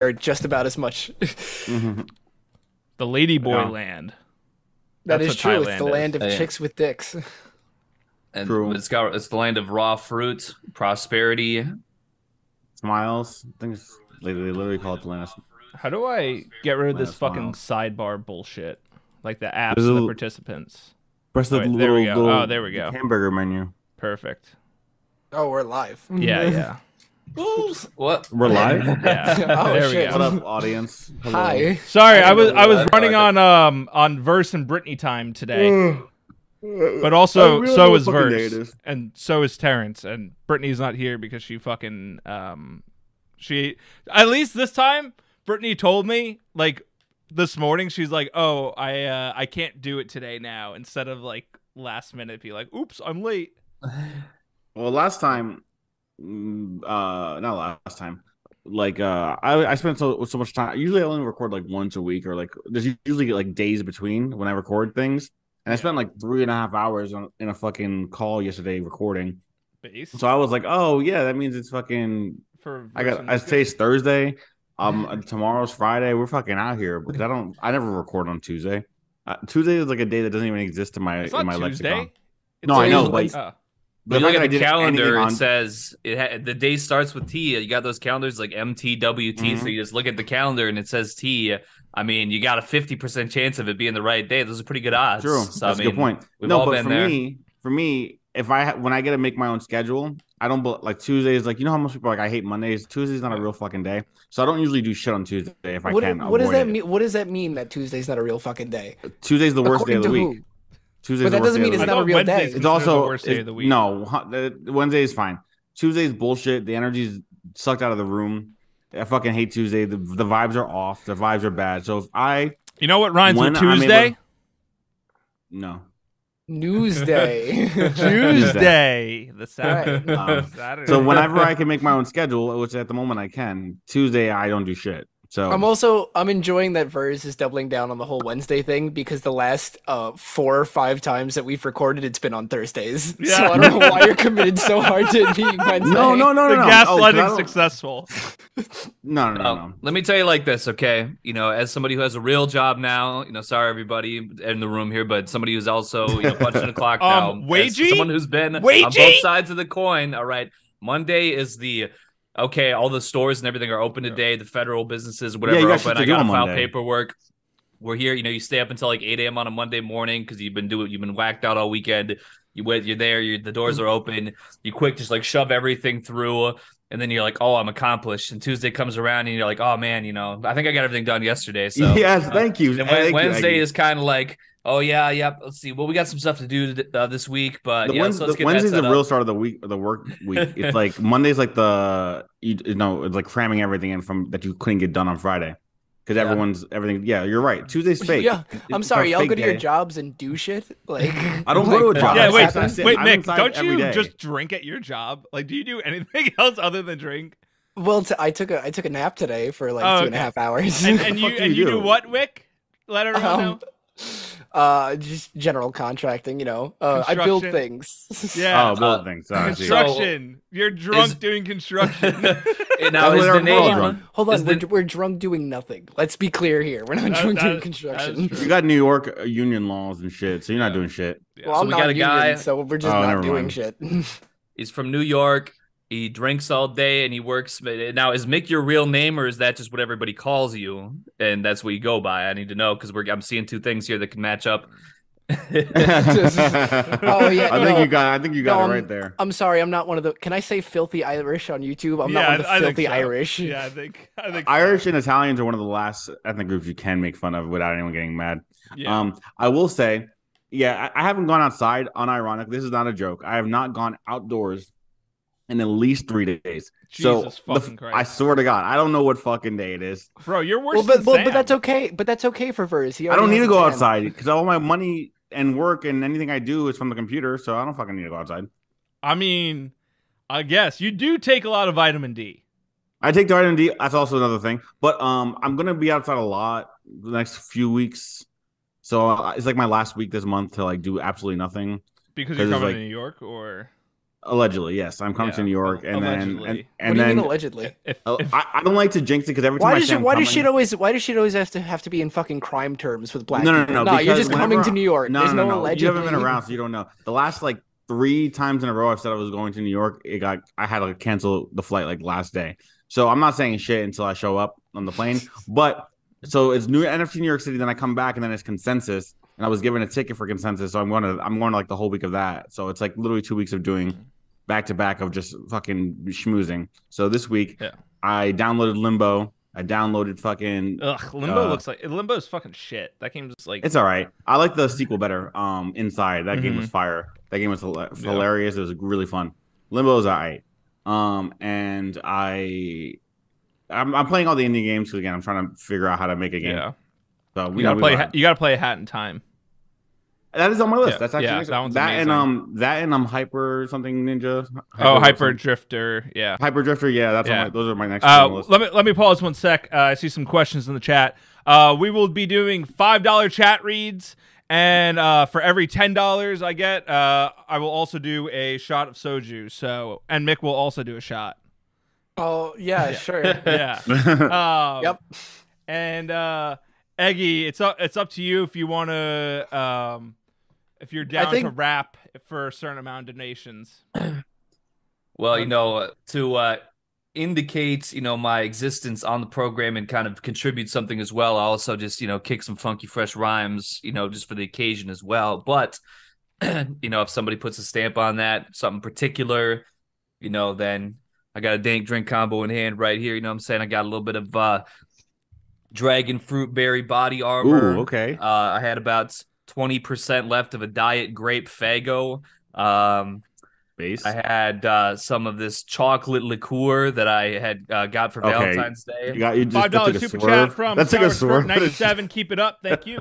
are just about as much. Mm-hmm. The Lady Boy Yeah. Land. That That's is what true. Thailand it's the is. land of Yeah. chicks with dicks. And True. it's got it's the land of raw fruit, prosperity. Smiles. I think it's, they, they literally call it the last. How do I get rid of this Last fucking mile. sidebar bullshit? Like the apps There's a and the l- participants. Press the Wait, little, there we go. little Oh, there we go. hamburger menu. Perfect. Oh, we're live. Yeah, yeah. What? We're live. Yeah. Oh, there shit. we what go. up, audience? Hello. Hi. Sorry, I was know I was that. running on um on Verse and Brittany time today. But also I really so don't is fucking know it Verse is. and so is Terrence and Brittany's not here because she fucking um she at least this time Brittany told me like this morning she's like, "Oh, I uh, I can't do it today now." Instead of like last minute be like, "Oops, I'm late." Well, last time, mm, uh, not last time. Like, uh, I I spent so so much time. Usually, I only record like once a week, or like there's usually like days between when I record things. And I spent like three and a half hours on, in a fucking call yesterday recording. Base So I was like, oh yeah, that means it's fucking. for I Verse got. and- I today's Thursday. Um, tomorrow's Friday. We're fucking out here because I don't. I never record on Tuesday. Uh, Tuesday is like a day that doesn't even exist in my It's in not my Tuesday. lexicon. It's No, I always know, the but- Wednesday. Oh. But the you fact look that I at the did anything calendar, it on- says it ha- the day starts with T. You got those calendars like MTWT, so Mhm. you just look at the calendar and it says T. I mean, you got a fifty percent chance of it being the right day. Those are pretty good odds. True. So, That's I a mean, good point. we've No, all but been for there. me, for me, if I ha- when I get to make my own schedule, I don't bel- like Tuesdays. Like you know how most people are like I hate Mondays. Tuesday's not a real fucking day, so I don't usually do shit on Tuesday if I What, can. what does avoid that it. mean? What does that mean that Tuesday's not a real fucking day? Tuesday's the worst day According of the to week. who? Tuesday's But the that worst doesn't day mean of it's the I not a thought real Wednesday's day. It's considered also the worst day of the it- week. No, huh, the- Wednesday is fine. Tuesday's bullshit. The energy's sucked out of the room. I fucking hate Tuesday. The, the vibes are off. The vibes are bad. So if I You know what rhymes When with I'm able- Tuesday? no, Newsday. Tuesday, the Saturday. Um, Saturday. so whenever I can make my own schedule, which at the moment I can, Tuesday I don't do shit. So I'm also I'm enjoying that Vers is doubling down on the whole Wednesday thing because the last uh four or five times that we've recorded it's been on Thursdays. Yeah. So I don't know why you're committed so hard to it being Wednesday. no, no, no, the no, no. Oh, 'cause I gaslighting don't- successful. No, no, no, Um, no. let me tell you like this, okay? You know, as somebody who has a real job now, you know, sorry everybody in the room here, but somebody who's also you know, punching the clock Um, now, as Wagey? someone who's been on both Wagey? sides of the coin. All right, Monday is the okay. All the stores and everything are open today. The federal businesses, whatever, you are got shit open. to I do gotta on file Monday. paperwork. We're here. You know, you stay up until like 8 a.m. on a Monday morning because you've been doing, you've been whacked out all weekend. You went, you're there. you the Mm-hmm. doors are open. You quick just like shove everything through and then you're like, oh, I'm accomplished. And Tuesday comes around, and you're like, oh man, you know, I think I got everything done yesterday. So yes, uh, thank you. and then Thank you, Wednesday Aggie. is kind of like, oh yeah, yep. Let's see, well, we got some stuff to do th- uh, this week, but the yeah, Wednes- so let's the get Wednesday's that the set real up. start of the week, the work week. It's like Monday's like the you, you know, it's like cramming everything in from that you couldn't get done on Friday because Yeah. everyone's everything. Yeah, you're right. Tuesday's fake. Yeah, I'm It's a sorry, y'all fake go to your day. jobs and do shit. Like I don't go to a like, job. Yeah, that's wait, happened? That's it. wait, I'm Nick, inside don't every you day. just drink at your job? Like, do you do anything else other than drink? Well, t- I took a I took a nap today for like Oh, two and a okay. half hours. And, and you fuck do and you you do do? what, Wick? Let everyone know. Um, uh, just general contracting, you know. Uh, I build Construction. things. Yeah, Oh, Uh, both things. Oh, geez. construct- construction. You're drunk is- doing construction. And now That's is what the they're all name. drunk. Hold on, Is we're, the- we're drunk doing nothing. Let's be clear here. We're not That- drunk that doing is- construction. that is you true. got New York uh, union laws and shit, so you're not doing shit. Yeah. Well, So I'm we not got a union, guy- so we're just Oh, not never doing mind. shit. He's from New York. He drinks all day and he works. uh, Now, is Mick your real name or is that just what everybody calls you? And that's what you go by. I need to know because we're I'm seeing two things here that can match up. oh yeah, I no. think you got. I think you got No, it I'm- right there. I'm sorry, I'm not one of the. Can I say filthy Irish on YouTube? I'm Yeah, not one of the I- I think filthy so. Irish. Yeah, I think I think so. Irish and Italians are one of the last ethnic groups you can make fun of without anyone getting mad. Yeah. Um, I will say, yeah, I, I haven't gone outside. Unironic, this is not a joke. I have not gone outdoors in at least three days. Jesus so the fucking f- I Christ, swear to God, I don't know what fucking day it is. bro, you're worse Well, but, than but, but Sam. that's okay. But that's okay for Vers. He I don't already need has to a go tan. outside because all my money and work and anything I do is from the computer, so I don't fucking need to go outside. I mean, I guess you do take a lot of vitamin D. I take the vitamin D. That's also another thing. But um, I'm gonna be outside a lot the next few weeks. So uh, it's like my last week this month to like do absolutely nothing. Because 'Cause you're it's coming like- to New York, or Allegedly, yes. I'm coming to Yeah, New York, and then and, allegedly. what and do you then mean allegedly? If, uh, if- I, I don't like to jinx it because every time Why I does say it? I'm Why does coming- shit always? Why does shit always have to have to be in fucking crime terms with black? No, no, no, people? no, you're because just coming to whenever- New York. No, There's no, no, no, no. allegedly. You haven't been around, so you don't know. The last like three times in a row, I've said I was going to New York. It got I had to cancel the flight like last day. So I'm not saying shit until I show up on the plane. But so it's New NFC New York City. Then I come back, and then it's consensus. And I was given a ticket for consensus, so I'm going to I'm going to like the whole week of that. So it's like literally two weeks of doing back to back of just fucking schmoozing. So this week, Yeah. I downloaded Limbo. I downloaded fucking ugh, Limbo uh, looks like Limbo's fucking shit. That game's like it's all right. I like the sequel better. Um, Inside that game was fire. That game was hila- Mm-hmm. Yeah. hilarious. It was really fun. Limbo's all right. Um, and I, I'm, I'm playing all the indie games because again, I'm trying to figure out how to make a game. yeah. So we You gotta we play. got- You gotta play Hat in Time. That is on my list. Yeah, That's actually yeah, next- that one's and amazing. um that and um hyper something ninja. Oh, Hyper something- Drifter. Yeah. hyper drifter. Yeah, that's Yeah. On my, those are my next. on my Uh, list. let me let me pause one sec. Uh, I see some questions in the chat. Uh, we will be doing five dollar chat reads, and uh, for every ten dollars I get, uh, I will also do a shot of soju. So, and Mick will also do a shot. Oh yeah, sure. Yeah. um, Yep. And uh, Eggy, it's up it's up to you if you want to um, if you're down to think- rap for a certain amount of donations. Well, you know, to uh, indicate, you know, my existence on the program and kind of contribute something as well. I also just, you know, kick some funky fresh rhymes, you know, just for the occasion as well. But, you know, if somebody puts a stamp on that, something particular, you know, then I got a dank drink combo in hand right here. You know what I'm saying? I got a little bit of uh, dragon fruit berry body armor. Ooh, okay. Uh, I had about 20% left of a diet grape fago. Um, Base. I had uh, some of this chocolate liqueur that I had uh, got for Okay. Valentine's Day. you got you just Five that took dollar a super swerve. chat from that took a Sour Skirt swerve. 97. Keep it up. Thank you.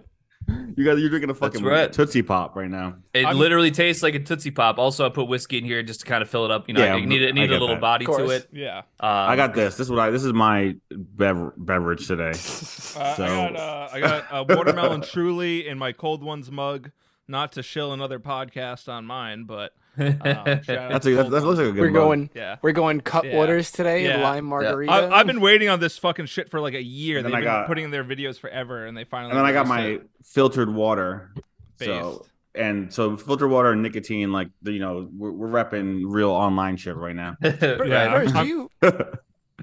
You guys, you're drinking a fucking right. tootsie pop right now. it I'm- literally tastes like a Tootsie Pop. Also, I put whiskey in here just to kind of fill it up. You know, Yeah, I need it I needed get a little that. body Of to course. it. Yeah. Um, I got this. This is what I. This is my bev- beverage today. Uh, So- I got uh, I got uh, watermelon truly in my cold ones mug. Not to shill another podcast on mine, but um, That's a, that, that looks like a good. We're mug. going. yeah. We're going cut Yeah. waters today. Yeah. Lime margarita. I, I've been waiting on this fucking shit for like a year. And then They've I been got- putting in their videos forever, and they finally. And then I got my released filtered water. it So based. and so filtered water and nicotine, like the- you know, we're, we're repping real online shit right now. Ver- Yeah. Vers, I'm- do you? I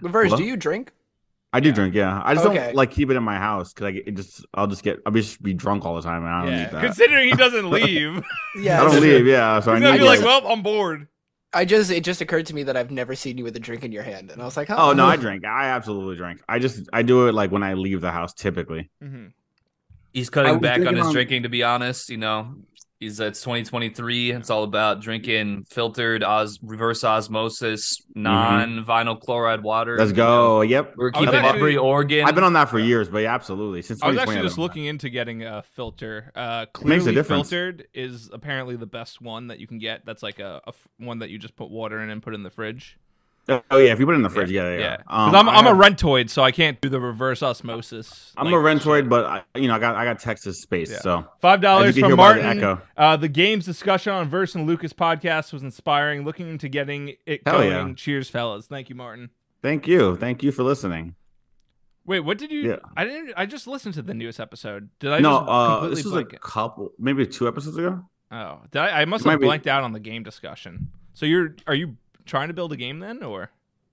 Vers, Hello? do you drink? do drink, yeah. I just Okay. don't like keep it in my house because I get, it just I'll just get I'll just be drunk all the time and I don't yeah. need that. Considering he doesn't leave, Yeah. I it's don't true. leave, yeah. So I he's need gonna be like, like, "Well, I'm bored." I just it just occurred to me that I've never seen you with a drink in your hand, and I was like, oh, oh no, I drink. I absolutely drink. I just I do it like when I leave the house typically. hmm He's I cutting was back on drinking his on- drinking, to be honest. You know, he's it's 2023. It's all about drinking filtered os- reverse osmosis, non vinyl chloride water. Mm-hmm. Let's You know, go. Yep. We're I was keeping actually- every organ. I've been on that for years, but yeah, absolutely. Since I was 2020, actually I've just been on looking into getting a filter. Uh, makes a clearly difference. filtered is apparently the best one that you can get. That's like a, a f- one that you just put water in and put in the fridge. that. Oh yeah, if you put it in the fridge, yeah, yeah. Yeah, Um, because I'm, I I'm have- a rentoid, so I can't do the reverse osmosis. I'm like, a rentoid, shit. but I, you know, I got I got Texas space, Yeah. so Five As dollars you can from hear by the Martin. echo. Uh, the games discussion on Verse and Lucas podcast was inspiring. Looking into getting it Hell going. yeah. Cheers, fellas. Thank you, Martin. thank you, thank you for listening. Wait, what did you? Yeah. I didn't. I just listened to the newest episode. Did I? no, just uh, completely this was blank a couple, maybe two episodes ago. it? Oh, did I? I must It might have be- blanked out on the game discussion. So you're? Are you trying to build a game then, or?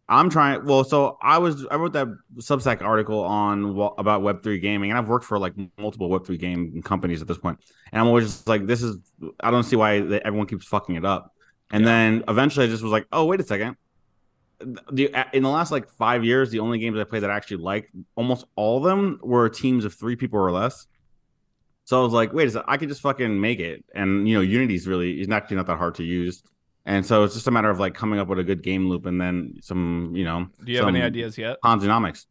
I'm trying. Well, so I was I wrote that Substack article on wa- about Web three gaming, and I've worked for like multiple Web three game companies at this point, and I'm always just like, this is I don't see why that everyone keeps fucking it up. And then eventually, I just was like, oh wait a second. The, in the last like five years, the only games I played that I actually liked, almost all of them were teams of three people or less. So I was like, wait a second, I could just fucking make it. And you know, Unity's really is actually not that hard to use. And so it's just a matter of like coming up with a good game loop and then some, you know, Do you have any some ideas yet? Ponzonomics.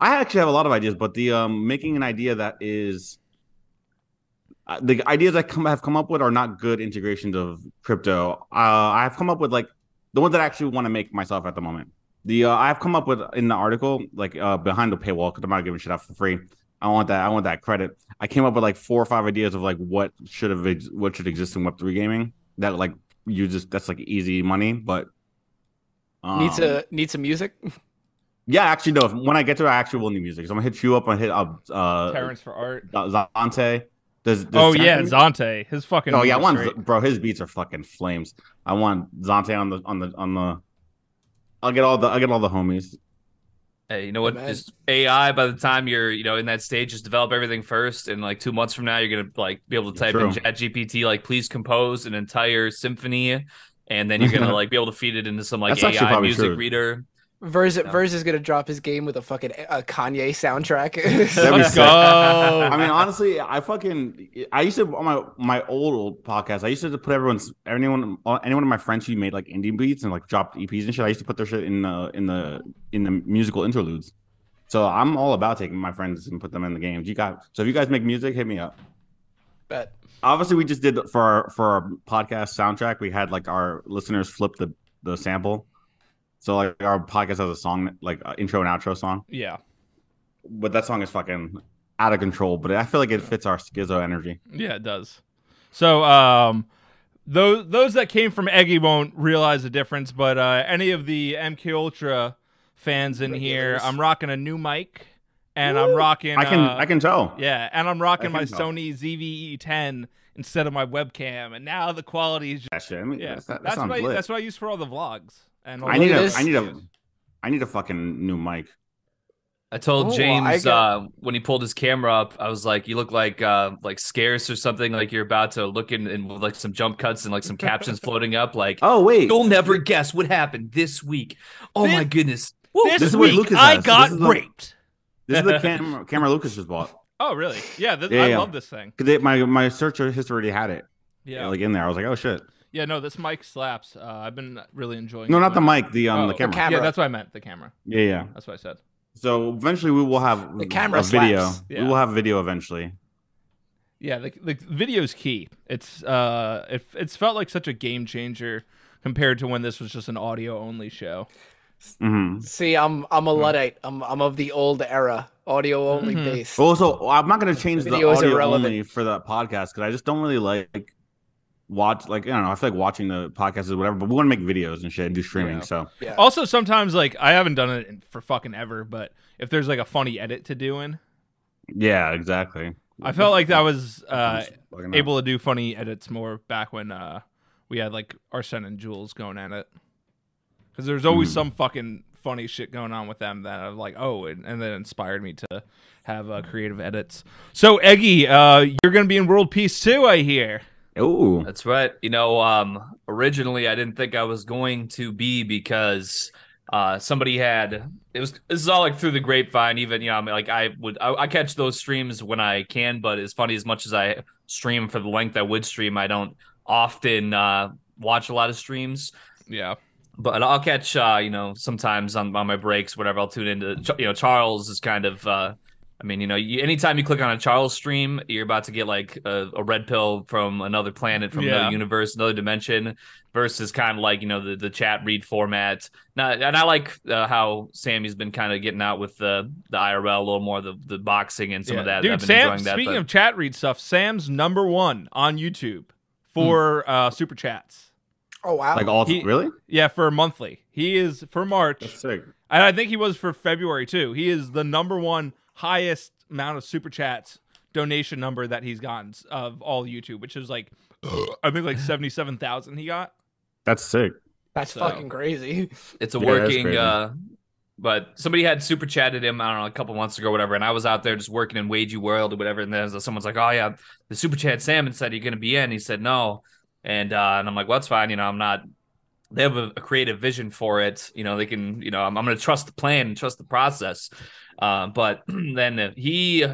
I actually have a lot of ideas, but the um making an idea that is uh, the ideas I come have come up with are not good integrations of crypto. Uh, I've come up with like the ones that I actually want to make myself at the moment. The uh, I've come up with in the article like uh, behind the paywall because I'm not giving shit out for free. I want that. I want that credit. I came up with like four or five ideas of like what should have ex- what should exist in Web three gaming that like you just that's like easy money, but um, need to need some music. yeah, actually no. if- When I get to, it, I actually will need music. So I'm gonna hit you up. I hit up uh, Terrence for art. Z- Zante. Does, does Oh yeah, Zante- Zante. His fucking. Oh yeah, I want lyrics are- bro. His beats are fucking flames. I want Zante on the on the on the. I'll get all the I'll get all the homies. Hey, you know what? Amen. Just AI. By the time you're, you know, in that stage, just develop everything first. And like two months from now, you're gonna like be able to type in True. Chat GPT, like, please compose an entire symphony, and then you're gonna like be able to feed it into some like That's actually AI probably music true. reader. Verse No. Verse is gonna drop his game with a fucking uh, Kanye soundtrack. That'd be Let's sick. go. I mean, honestly, I fucking I used to on my my old old podcast. I used to put everyone's anyone uh, anyone of my friends who made like indie beats and like dropped EPs and shit. I used to put their shit in the in the in the musical interludes. So I'm all about taking my friends and put them in the games. You got so if you guys make music, hit me up. but Obviously, we just did for our for our podcast soundtrack. We had like our listeners flip the the sample. So like our podcast has a song like uh, intro and outro song yeah, but that song is fucking out of control. But I feel like it fits our schizo energy. yeah, it does. So um, those those that came from Eggy won't realize the difference, but uh, any of the MK Ultra fans in here, Regulars. I'm rocking a new mic, and I'm rocking. I can uh, I can tell. Yeah, and I'm rocking I my can tell. Sony ZVE10 instead of my webcam, and now the quality is just, That shit. I mean, yeah. that's, that, that that's sounds what I, lit. that's what I use for all the vlogs. And all I the- need a This- I need a I need a fucking new mic. I told Oh, I James got- uh, when he pulled his camera up, I was like, "You look like uh, like scarce or something. Like you're about to look in, in with, like some jump cuts and like some captions floating up. Like Oh wait, you'll never guess what happened this week. Oh my This- goodness! Woo. This, This is what week Lucas I has. got This is the- raped. this is the camera camera Lucas just bought. Oh really? Yeah, this, Yeah, I yeah. love this thing. 'Cause it- my my search history already had it Yeah, like in there. I was like, oh shit. yeah. No, this mic slaps. Uh, I've been really enjoying. No, it not the lately. mic. The um Oh, the the camera. camera. Yeah, that's what I meant. The camera. yeah, yeah. That's what I said. So eventually we will have The camera a video. slaps. Yeah. We will have video eventually. Yeah, the the video's key. It's uh, it, it's felt like such a game changer compared to when this was just an audio only show. hmm see, I'm I'm a luddite. I'm I'm of the old era, audio only Mhm. bass. Well, so I'm not going to change the Video is audio irrelevant. only for the podcast because I just don't really like watch. Like I don't know, I feel like watching the podcast is whatever. But we want to make videos and shit and do streaming. Yeah. So Yeah. Also, sometimes like I haven't done it in- for fucking ever, but if there's like a funny edit to doing, yeah, exactly. I felt like I was uh, Fucking up. able to do funny edits more back when uh, we had like Arsene and Jules going at it, because there's always Mhm. some fucking funny shit going on with them that I'm like, oh, and, and that inspired me to have uh, creative edits. So Eggy, uh, you're gonna be in World Peace too, I hear. Ooh, That's right. You know, um, originally I didn't think I was going to be because uh, somebody had it was this is all like through the grapevine. Even you know, I mean, like I would I, I catch those streams when I can, but it's funny as much as I stream for the length I would stream, I don't often uh, watch a lot of streams. Yeah. But I'll catch uh, you know sometimes on, on my breaks, whatever. I'll tune into Ch- you know Charles is kind of. Uh, I mean, you know, you, anytime you click on a Charles stream, you're about to get like a, a red pill from another planet, from Yeah. another universe, another dimension, versus kind of like you know the, the chat read format. Now, and I like uh, how Sammy's been kind of getting out with the the IRL a little more, the the boxing and some of Yeah. that. Dude, I've been Sam. enjoying that. speaking but- of chat read stuff, Sam's number one on YouTube for uh, super chats. oh wow. like all He- really? Yeah, for monthly. He is for March, That's sick. and I think he was for February too. He is the number one highest amount of super chats donation number that he's gotten s- of all YouTube, which is like I think like seventy seven thousand he got. That's sick. That's So- fucking crazy. it's a Yeah, that's working crazy. uh but somebody had super chatted him i don't know a couple months ago or whatever and i was out there just working in wagey world or whatever and then someone's like oh yeah the super chat salmon said you're gonna be in he said no and uh and i'm like well that's fine you know i'm not they have a, a creative vision for it you know they can you know i'm, I'm gonna trust the plan and trust the process uh, but then he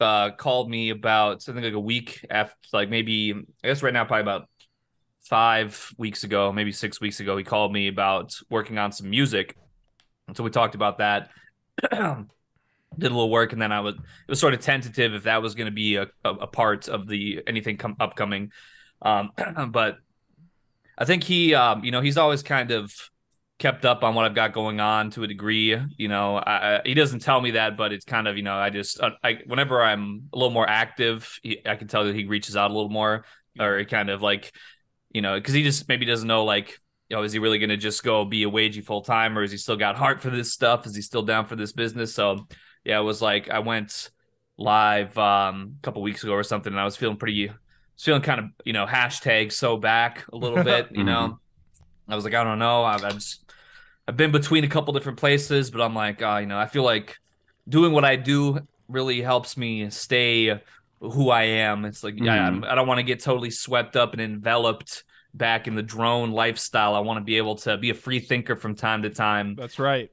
uh called me about something like a week after like maybe i guess right now probably about five weeks ago, maybe six weeks ago, he called me about working on some music. And so we talked about that. Did a little work, and then I was it was sort of tentative if that was going to be a, a, a part of the anything come upcoming. Um, but I think he, um, you know, he's always kind of kept up on what I've got going on to a degree. You know, I, I, he doesn't tell me that, but it's kind of, you know, I just, I, I whenever I'm a little more active, he, I can tell that he reaches out a little more, or he kind of like you know, because he just maybe doesn't know like, you know, is he really going to just go be a wagey full time or is he still got heart for this stuff? Is he still down for this business? So yeah, it was like I went live um, a couple weeks ago or something, and I was feeling pretty, was feeling kind of you know hashtag so back a little bit, you know. I was like, I don't know, I've, I've just I've been between a couple different places, but I'm like, uh, you know, I feel like doing what I do really helps me stay who I am. It's like yeah, I'm- I don't want to get totally swept up and enveloped back in the drone lifestyle. I want to be able to be a free thinker from time to time. That's right.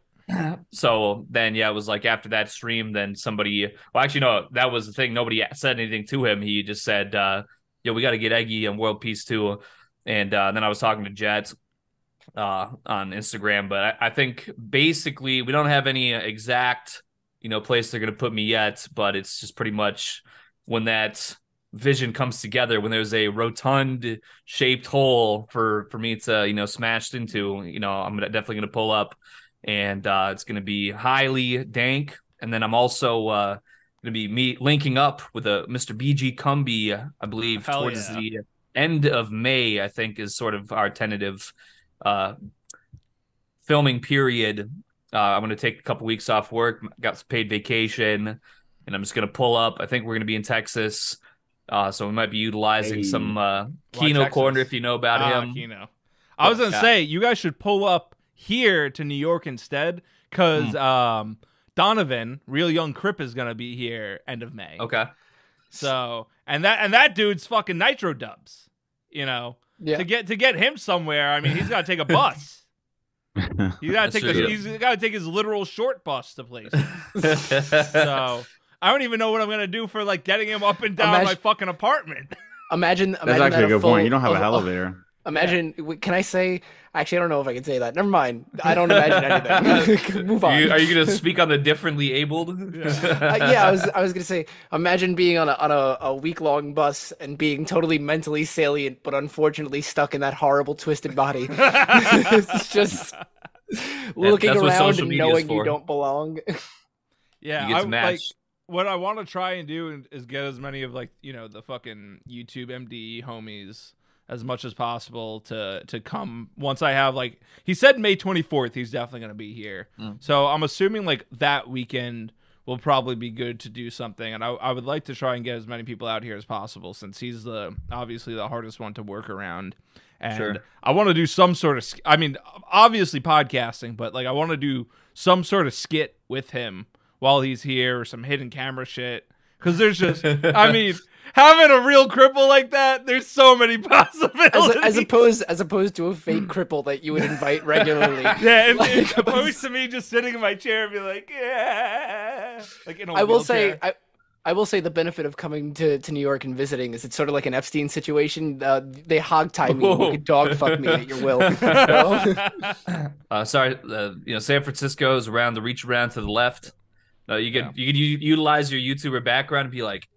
So then, yeah, it was like after that stream, then somebody, well, actually, no, that was the thing. Nobody said anything to him. He just said, uh, yo, we got to get Eggy and World Peace too. And uh, then I was talking to Jet uh, on Instagram, but I, I think basically we don't have any exact, you know, place they're going to put me yet, but it's just pretty much when that vision comes together when there's a rotund shaped hole for for me to you know smashed into you know i'm definitely going to pull up and uh, it's going to be highly dank. And then I'm also uh, going to be me linking up with uh, a Mr. BG Cumby, I believe, Hell towards yeah. the end of May. I think is sort of our tentative uh, filming period. Uh, I'm going to take a couple weeks off work, got some paid vacation, and I'm just going to pull up. I think we're going to be in Texas. Uh, so we might be utilizing Hey. some uh, Kino Texas? Corner if you know about Ah, him. Keno. I was gonna Yeah. say you guys should pull up here to New York instead, Hmm. because um, Donovan, real young Crip, is gonna be here end of May. Okay. So and that and that dude's fucking nitro dubs. You know, Yeah. to get to get him somewhere, I mean, he's gotta take a bus. He's gotta That's take the, true. he's gotta take his literal short bus to places. so I don't even know what I'm gonna do for like getting him up and down Imagine- my fucking apartment. Imagine. That's imagine that actually a good full- point. You don't have a- an elevator. Imagine. w- Can I say? Actually, I don't know if I can say that. Never mind. I don't imagine anything. Move on. You, are you going to speak on the differently abled? uh, yeah, I was I was gonna say, imagine being on a on a, a week long bus and being totally mentally salient, but unfortunately stuck in that horrible twisted body. it's just looking that's what around social and media is knowing you for. don't belong. Yeah, I you get to would, match. like what I want to try and do is get as many of like you know the fucking YouTube MDE homies as much as possible to to come once I have like he said May 24th he's definitely gonna be here Mm. so I'm assuming like that weekend will probably be good to do something and I, I would like to try and get as many people out here as possible since he's the obviously the hardest one to work around and Sure. I want to do some sort of sk- I mean obviously podcasting but like I want to do some sort of skit with him while he's here or some hidden camera shit because there's just I mean having a real cripple like that there's so many As, possibilities as opposed as opposed to a fake cripple that you would invite regularly. Hmm. yeah and, and Like, opposed to me just sitting in my chair and be like yeah like in a I will wheelchair. say I I will say the benefit of coming to, to New York and visiting is it's sort of like an Epstein situation. Uh, they hog tie me. You Whoa. could dog fuck me at your will. So- uh, sorry, uh, you know, San Francisco is around the reach around to the left. No, you could Yeah. you could u- utilize your YouTuber background and be like,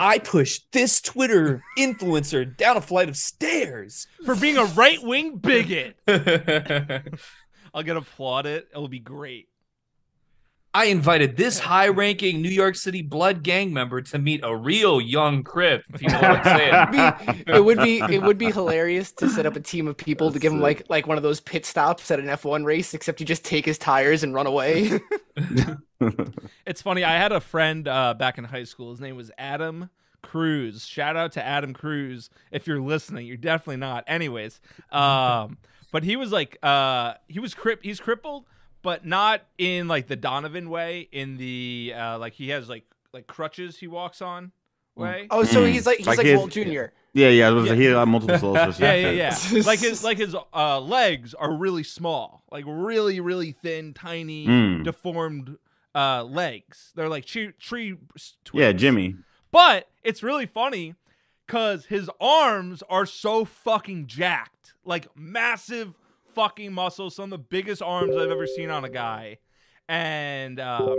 I pushed this Twitter influencer down a flight of stairs. for being a right wing bigot I I'll get applauded it'll be great invited this high-ranking New York City blood gang member to meet a real young crip. If you know what I'm saying. be- it would be it would be hilarious to set up a team of people to That's give him it. like like one of those pit stops at an F1 race, except you just take his tires and run away. It's funny. I had a friend uh, back in high school. His name was Adam Cruz. Shout out to Adam Cruz. If you're listening, you're definitely not. Anyways, um, but he was like, uh, he was crip. He's crippled, but not in like the Donovan way. In the uh, like he has like like crutches he walks on way. Oh, so Mm. he's like he's Like like, his- Walt Jr. Yeah, yeah. I was He had multiple syllables. Yeah, yeah, yeah. like his like his uh, legs are really small, like really really thin, tiny, Mm. deformed uh, legs. They're like tree, tree s- Yeah, twigs. Jimmy. But it's really funny because his arms are so fucking jacked. Like massive fucking muscles. Some of the biggest arms I've ever seen on a guy. And, um,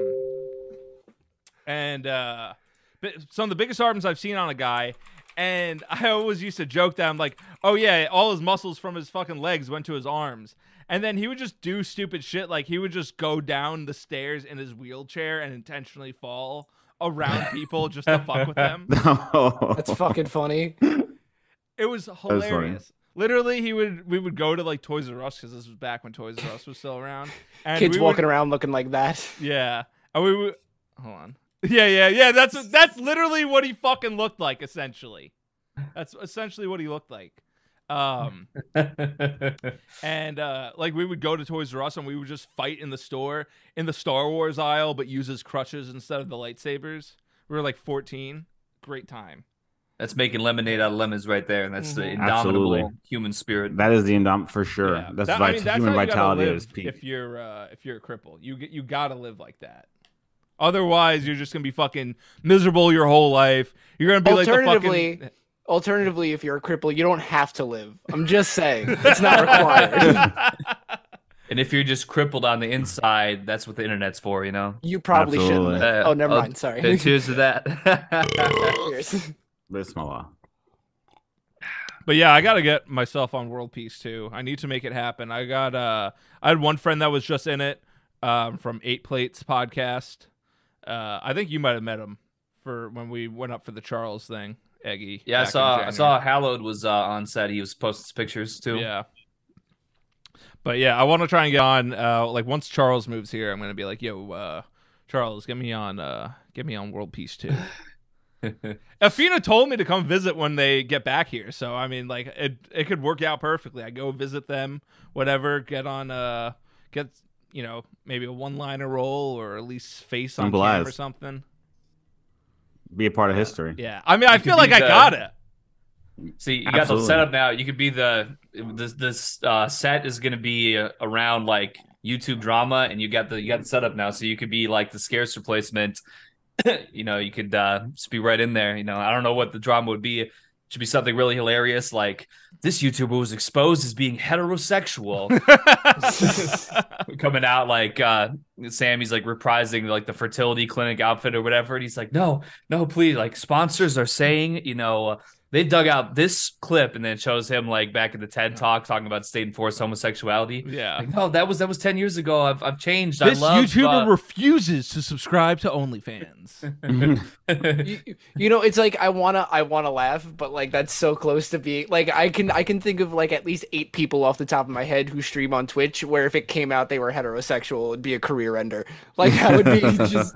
and, uh, bi- some of the biggest arms I've seen on a guy. And I always used to joke that I'm like, oh yeah, all his muscles from his fucking legs went to his arms. And then he would just do stupid shit. Like he would just go down the stairs in his wheelchair and intentionally fall around people just to fuck with them. That's fucking funny. It was funny. hilarious. Literally, he would we would go to like Toys R Us because this was back when Toys R Us was still around. And Kids we would- walking around looking like that. Yeah. And we would hold on. Yeah, yeah, yeah. That's that's literally what he fucking looked like, essentially. That's essentially what he looked like. Um and uh like we would go to Toys R Us and we would just fight in the store in the Star Wars aisle, but use his crutches instead of the lightsabers. We were like fourteen. Great time. that's making lemonade out of lemons right there, and that's the Mhm. indomitable Absolutely. human spirit. That is the endom for sure. Yeah. That's, That- vit- I mean, that's human how you gotta vitality at live its peak. If you're uh, if you're a cripple, you get you gotta live like that. Otherwise, you're just gonna be fucking miserable your whole life. You're gonna be like the Alternatively- fucking. Alternatively, if you're a cripple, you don't have to live. I'm just saying. It's not required. And if you're just crippled on the inside, that's what the internet's for, you know. You probably Absolutely. shouldn't. Uh, live. oh, never uh, mind. Sorry. Okay, cheers to that. Cheers. Bismillah. But yeah, I gotta get myself on World Peace too. I need to make it happen. I got uh, I had one friend that was just in it, um, from Eight Plates podcast. Uh, I think you might have met him for when we went up for the Charles thing, Eggy. yeah, I back in saw. I January. saw Hallowed was uh, on set. He was posting pictures too. Yeah. But yeah, I want to try and get on. Uh, like once Charles moves here, I'm gonna be like, "Yo, uh, Charles, get me on. Uh, get me on World Peace too." Afina told me to come visit when they get back here, so I mean, like it it could work out perfectly. I go visit them, whatever. Get on. Uh, get you know maybe a one liner role or at least face on Simple cam as. or something. Be a part of history. Yeah, I mean, I You could feel like be I the- got it. See, you got the Absolutely. setup now. You could be the this this uh, set is gonna be uh, around like YouTube drama, and you got the you got the setup now, so you could be like the scarce replacement. you know, you could uh, just be right in there. You know, I don't know what the drama would be. It should be something really hilarious, like this YouTuber was exposed as being heterosexual. Coming out like uh, Sammy's like reprising like the fertility clinic outfit or whatever, and he's like, "No, no, please!" Like sponsors are saying, you know, uh, they dug out this clip and then it shows him like back at the TED talk talking about state enforced homosexuality. yeah. Like, no, that was that was ten years ago. I've I've changed. This I love, YouTuber uh, refuses to subscribe to OnlyFans. you, you know it's like i want to i want to laugh but like that's so close to being like i can i can think of like at least eight people off the top of my head who stream on twitch where if it came out they were heterosexual it'd be a career ender like that would be just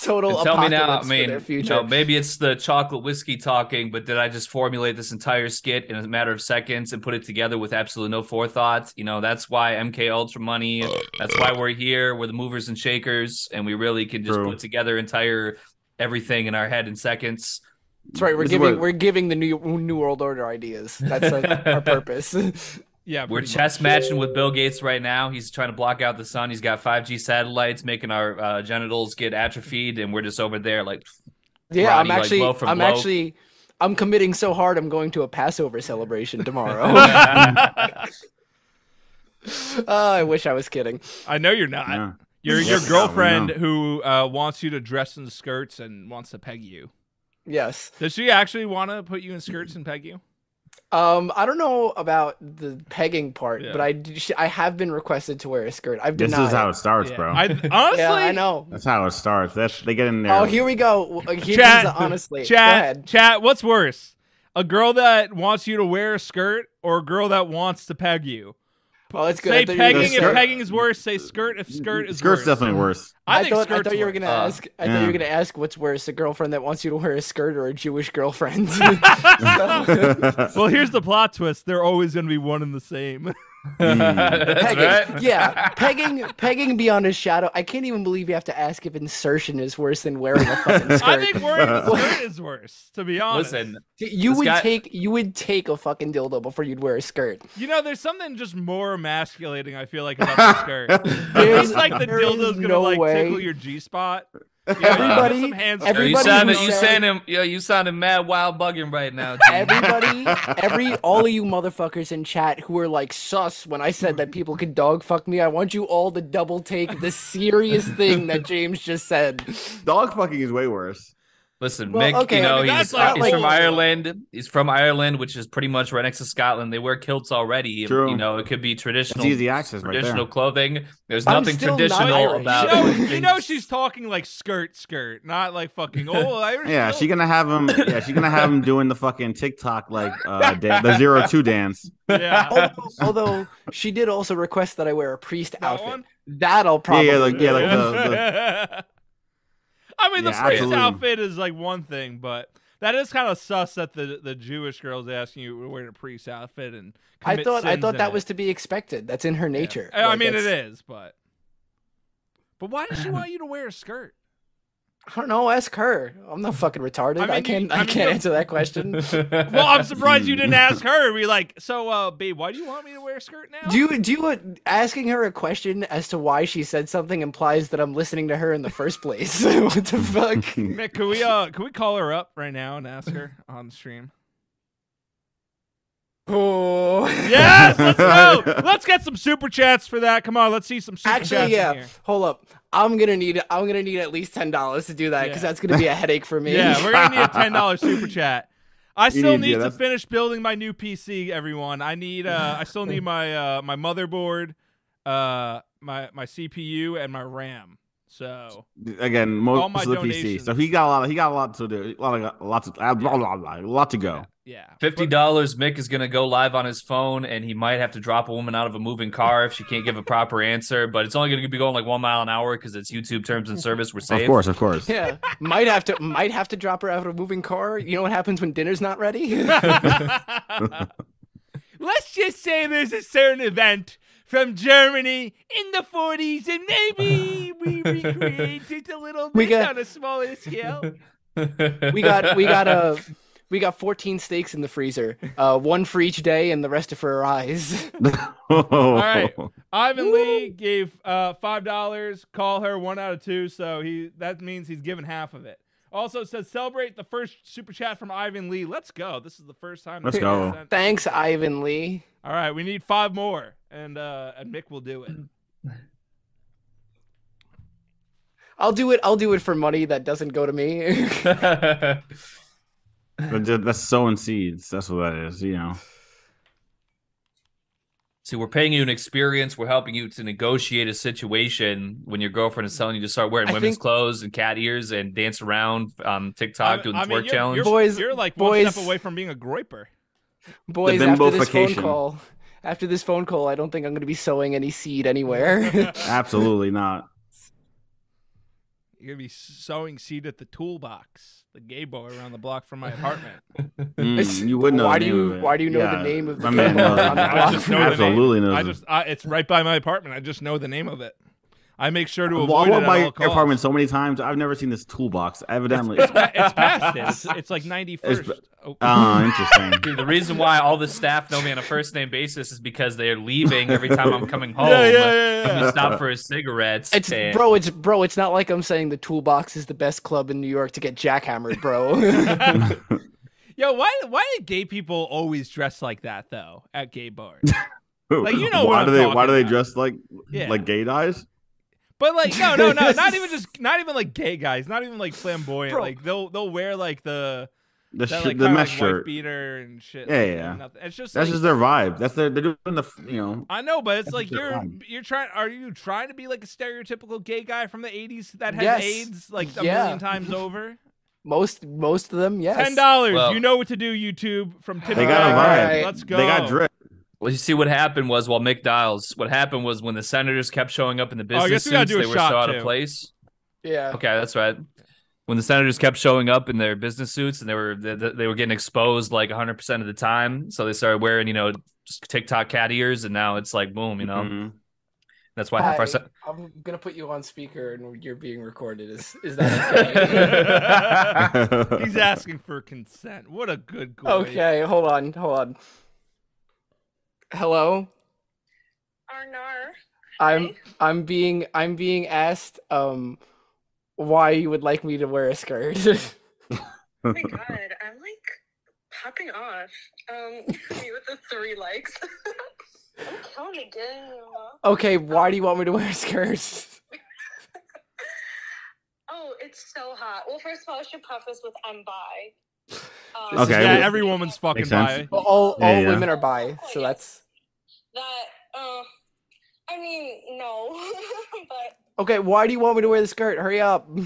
total And tell me now. I apocalypse for mean, their you future know, maybe it's the chocolate whiskey talking, but did I just formulate this entire skit in a matter of seconds and put it together with absolutely no forethought? You know, that's why MK Ultra money. That's why we're here. We're the movers and shakers, and we really can just True. put together entire everything in our head in seconds. that's right we're this is giving what- we're giving the new new world order ideas that's like our purpose yeah, We're pretty much. chess matching with Bill Gates right now. He's trying to block out the sun. He's got 5G satellites making our uh, genitals get atrophied, and we're just over there like, yeah Roddy, i'm like, actually blow for i'm blow. actually i'm committing so hard i'm going to a passover celebration tomorrow oh, i wish i was kidding I know you're not. Yeah. Your your Yes, girlfriend I know. who uh, wants you to dress in skirts and wants to peg you. yes Does she actually want to put you in skirts and peg you? Um, I don't know about the pegging part, Yeah. but I d- sh- I have been requested to wear a skirt. I've This denied. is how it starts, Yeah. bro. I honestly, yeah, I know. That's how it starts. That's they get in there. Oh, here we go. Here comes Chat, the honestly. Go chat, ahead. chat. What's worse, a girl that wants you to wear a skirt or a girl that wants to peg you? Oh, that's good. I Say thought you were gonna pegging say- if Skirt- pegging is worse. Say skirt if skirt is skirt's worse. definitely worse. I think thought, skirts. I thought you were worse. gonna Uh, ask. I thought you yeah. were gonna ask what's worse, a girlfriend that wants you to wear a skirt or a Jewish girlfriend. Well, here's the plot twist. They're always gonna be one and the same. Mm. That's pegging, right. yeah, pegging, pegging beyond a shadow. I can't even believe you have to ask if insertion is worse than wearing a fucking skirt. I think wearing a skirt is worse. To be honest, Listen, you this would guy- take you would take a fucking dildo before you'd wear a skirt. You know, there's something just more emasculating. I feel like about the skirt. There's- It's like the there dildo's is gonna no like way. tickle your G spot. Everybody- some hands Yo, you Everybody sounded who you said- sounding yo, you sounding mad wild bugging right now. G. Everybody, every all of you motherfuckers in chat who were like sus when I said that people could dog fuck me, I want you all to double take the serious thing that James just said. Dog fucking is way worse. Listen, Well, Mick, okay, I you know, mean, that's he's, like- he's from like- Ireland. He's from Ireland, which is pretty much right next to Scotland. They wear kilts already. True. You know, it could be traditional That's easy access right traditional there. clothing. There's I'm nothing still not traditional Irish. about No, Yeah. you know she's talking like skirt, skirt, not like fucking oh Irish. Yeah, kilt. she gonna have him. Yeah, she gonna have him doing the fucking TikTok like uh, dan- the zero two dance. Yeah, although, although she did also request that I wear a priest That outfit. one? That'll Yeah, probably yeah, like yeah, like the, the I mean, the Yeah, priest absolutely. outfit is like one thing, but that is kind of sus that the the Jewish girl's asking you to wear a priest outfit and I commit thought I sins thought in that it. was to be expected. That's in her Yeah. nature. I- I Like, mean, it that's- is, but but why does she want you to wear a skirt? I don't know. Ask her. I'm not fucking retarded. I I, mean, you- can't. I I, mean, can't you- answer that question. Well, I'm surprised you didn't ask her. and Be like, so, uh, babe, why do you want me to wear a skirt now? Do you do you, uh, asking her a question as to why she said something implies that I'm listening to her in the first place? what the fuck? Mick, can we uh, can we call her up right now and ask her on stream? Oh. Yes, let's go. Let's get some super chats for that. Come on, let's see some super chats. Actually, in yeah. here. Hold up. I'm gonna need. I'm gonna need at least ten dollars to do that because Yeah. that's gonna be a headache for me. Yeah, we're gonna need a ten dollar super chat. I still need- need, yeah, to that's- finish building my new PC, everyone. I need uh I still need my uh my motherboard, uh my my CPU and my RAM. So again All most my of the PC. So donations. he got a lot. He got a lot to do. A lot of lots of blah, blah, blah, blah, a lot to go. yeah. Fifty dollars. Mick is gonna go live on his phone, and he might have to drop a woman out of a moving car if she can't give a proper answer. But it's only gonna be going like one mile an hour because it's YouTube terms and service. We're safe. Of course, of course. Yeah. Might have to. Might have to drop her out of a moving car. You know what happens when dinner's not ready? Let's just say there's a certain event from Germany in the 40s, and maybe we recreate it a little bit We got- on a smaller scale. we got we got uh, we got 14 steaks in the freezer uh one for each day and the rest are for her eyes All right. Ivan Lee gave uh, five dollars. Call her one out of two, so he that means he's given half of it. Also says celebrate the first super chat from Ivan Lee. Let's go. This is the first time. Let's this go. has been sent. thanks ivan lee All right, we need five more, and uh, and Mick will do it. i'll do it i'll do it for money that doesn't go to me That's sowing seeds. That's what that is. You know. See, we're paying you an experience. We're helping you to negotiate a situation when your girlfriend Mm. is telling you to start wearing I women's think- clothes and cat ears and dance around on TikTok I- doing I the mean, twerk you're, challenge. You're, Boys- you're like one step boys- away from being a groiper. boys after this phone bimbofication. call after this phone call i don't think i'm going to be sowing any seed anywhere Absolutely not. You're gonna be sowing seed at the toolbox, the gay bar around the block from my apartment. It's- Mm, you would know. why the do name you- of it. why do you know the Yeah, name of my the game man? knows on the it. I just know the name. Absolutely knows. I it. just, I, it's right by my apartment. I just know the name of it. I make sure to Well, I avoid walked it at by all your costs. apartment so many times. I've never seen this toolbox. Evidently. Pa- it's past it. It's, it's like ninety first. Oh. oh, interesting. Dude, the reason why all the staff know me on a first name basis is because they're leaving every time I'm coming Oh, home. yeah, yeah, yeah, I'm gonna stop for a cigarette. it's and- bro it's bro it's not like i'm saying the toolbox is the best club in new york to get jackhammered bro Yo, why why do gay people always dress like that though at gay bars? Like, you know what why I'm do they? talking Why do they about. dress like Yeah. like gay guys? But like no no no, not even just not even like gay guys, not even like flamboyant. Bro. Like they'll they'll wear like the The that, sh- like, the kinda, mesh like, wife shirt. beater and shit. Yeah, like, yeah. and nothing. It's just That's like, just their vibe. That's their. They're doing the. f- You know. I know, but it's That's like just their you're vibe. you're trying. Are you trying to be like a stereotypical gay guy from the '80s that has Yes. AIDS like a Yeah. million times over? most most of them yes Ten dollars. Well- you know what to do. YouTube from Tim. They got a Alright, vibe. alright, Let's go. They got drip. Well, you see what happened was while Mick Dials, what happened was when the senators kept showing up in the Oh, I business guess we gotta suits, do a they were so shot, out too. of place. yeah Okay, that's right. When the senators kept showing up in their business suits and they were they, they were getting exposed like 100 percent of the time, so they started wearing you know just TikTok cat ears, and now it's like boom, you know Mm-hmm. Mhm. that's why half Hi, our sen- I'm gonna put you on speaker and you're being recorded. Is is that okay? He's asking for consent. What a good goy. okay, hold on, hold on. Hello, Arnar. I'm I'm being I'm being asked um why you would like me to wear a skirt. Oh my god, I'm like popping off. Um, me with the three likes. I'm counting down. okay, why do you want me to wear a skirt? Oh, it's so hot. Well, first of all, I should preface with I'm bi. Um, Oh, This is- Okay. yeah, every woman's fucking Makes sense. bi. Well, all Yeah, all yeah. women are bi, so that's That, uh, I mean, no, but okay. Why do you want me to wear the skirt? Hurry up.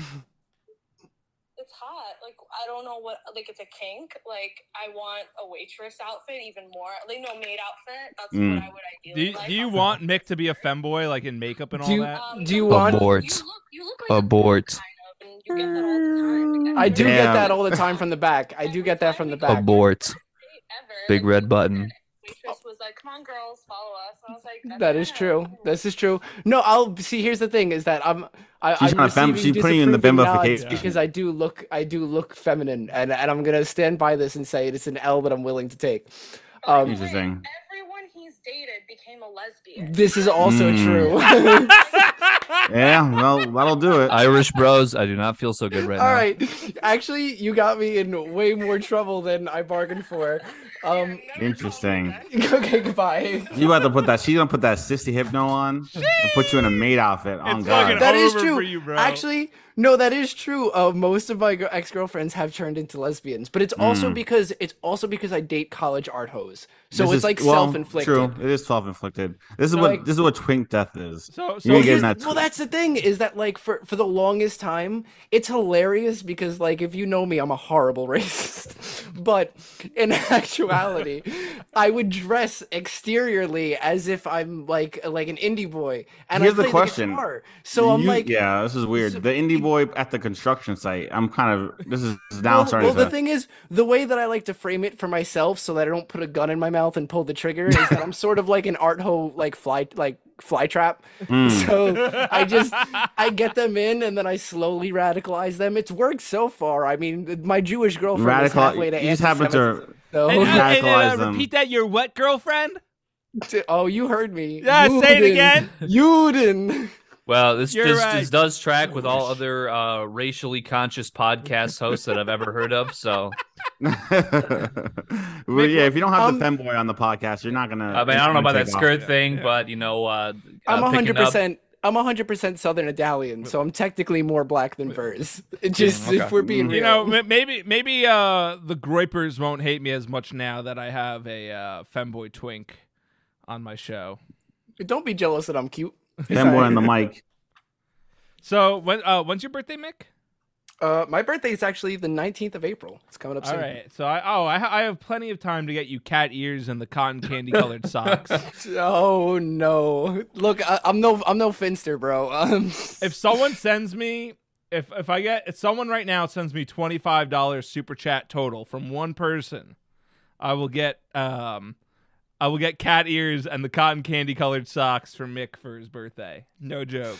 it's hot. Like, I don't know what, like, it's a kink. Like, I want a waitress outfit even more. Like, no maid outfit. That's Mm. what I would Do ideally you, like. Um, do you want Mick to be a femboy, like in makeup and all Do you- that? Do you want? You Abort. look, you look like a Abort. pimp, kind of, and you get that all the time. Like, I do get Damn. that all the time from the back. I do get that from the back. Abort. ever. Big Like, red button. Waitress was like, "Come on, girls, follow us." And I was like, That is true. This is true. No, I'll see. Here's the thing: is that I'm. I, She's I'm not fem- receiving she's putting you in the disapproving nods bimbofication. because I do look. I do look feminine, and and I'm gonna stand by this and say it's an L that I'm willing to take. Um, Here's the thing. Everyone he's dated became a lesbian. This is also Mm. true. Yeah, well, that'll do it. Irish bros, I do not feel so good right now. All right. Actually, you got me in way more trouble than I bargained for. Um, Interesting. okay, goodbye. You about to put that? She's gonna put that sissy hypno on and put you in a maid outfit. On it's God, fucking That over is true. for you, bro. Actually, no, that is true. Uh, most of my ex girlfriends have turned into lesbians, but it's also Mm. because it's also because I date college art hoes, so This it's is- like well, self inflicted. True, it is self inflicted. This is So, what like- this is what twink death is. so, You so get- Here's- that tw- well, that's the thing is that like for for the longest time, it's hilarious because like if you know me, I'm a horrible racist. But in actuality, I would dress exteriorly as if I'm like like an indie boy, and Here's I the play question. guitar. So I'm You- like, yeah, this is weird. so- the indie boy at the construction site. I'm kind of this is now well, starting well, the to. thing is, the way that I like to frame it for myself, so that I don't put a gun in my mouth and pull the trigger, is that I'm sort of like an art ho, like fly, like fly trap. Mm. So I just I get them in and then I slowly radicalize them. It's worked so far. I mean, my Jewish girlfriend Radical. is halfway to You just happen to. anti-Semitism, so- and, and, radicalize and, uh, them. repeat that. Your what, girlfriend? oh, you heard me. Yeah, say it Yudin. again. Yudin. Well, this You're this, right. this does track with all other uh, racially conscious podcast hosts that I've ever heard of. So well, yeah, if you don't have the Um, femboy on the podcast, you're not gonna. I mean, I don't know about that take off. skirt Yeah, thing, yeah. but you know, uh, I'm uh, picking hundred up- percent. I'm hundred percent Southern Italian, so I'm technically more black than Vers. It Just okay. if we're being real. You know, m- maybe maybe uh, the groypers won't hate me as much now that I have a uh, femboy twink on my show. don't be jealous that I'm cute. Femboy on the mic. So when uh, when's your birthday, Mick? Uh, my birthday is actually the 19th of April. It's coming up All soon. right. So I oh I, ha- I have plenty of time to get you cat ears and the cotton candy colored socks. Oh no! Look, I, I'm no, I'm no finster, bro. Um, If someone sends me if if I get if someone right now sends me twenty five dollars super chat total from one person, I will get um I will get cat ears and the cotton candy colored socks for Mick for his birthday. No joke.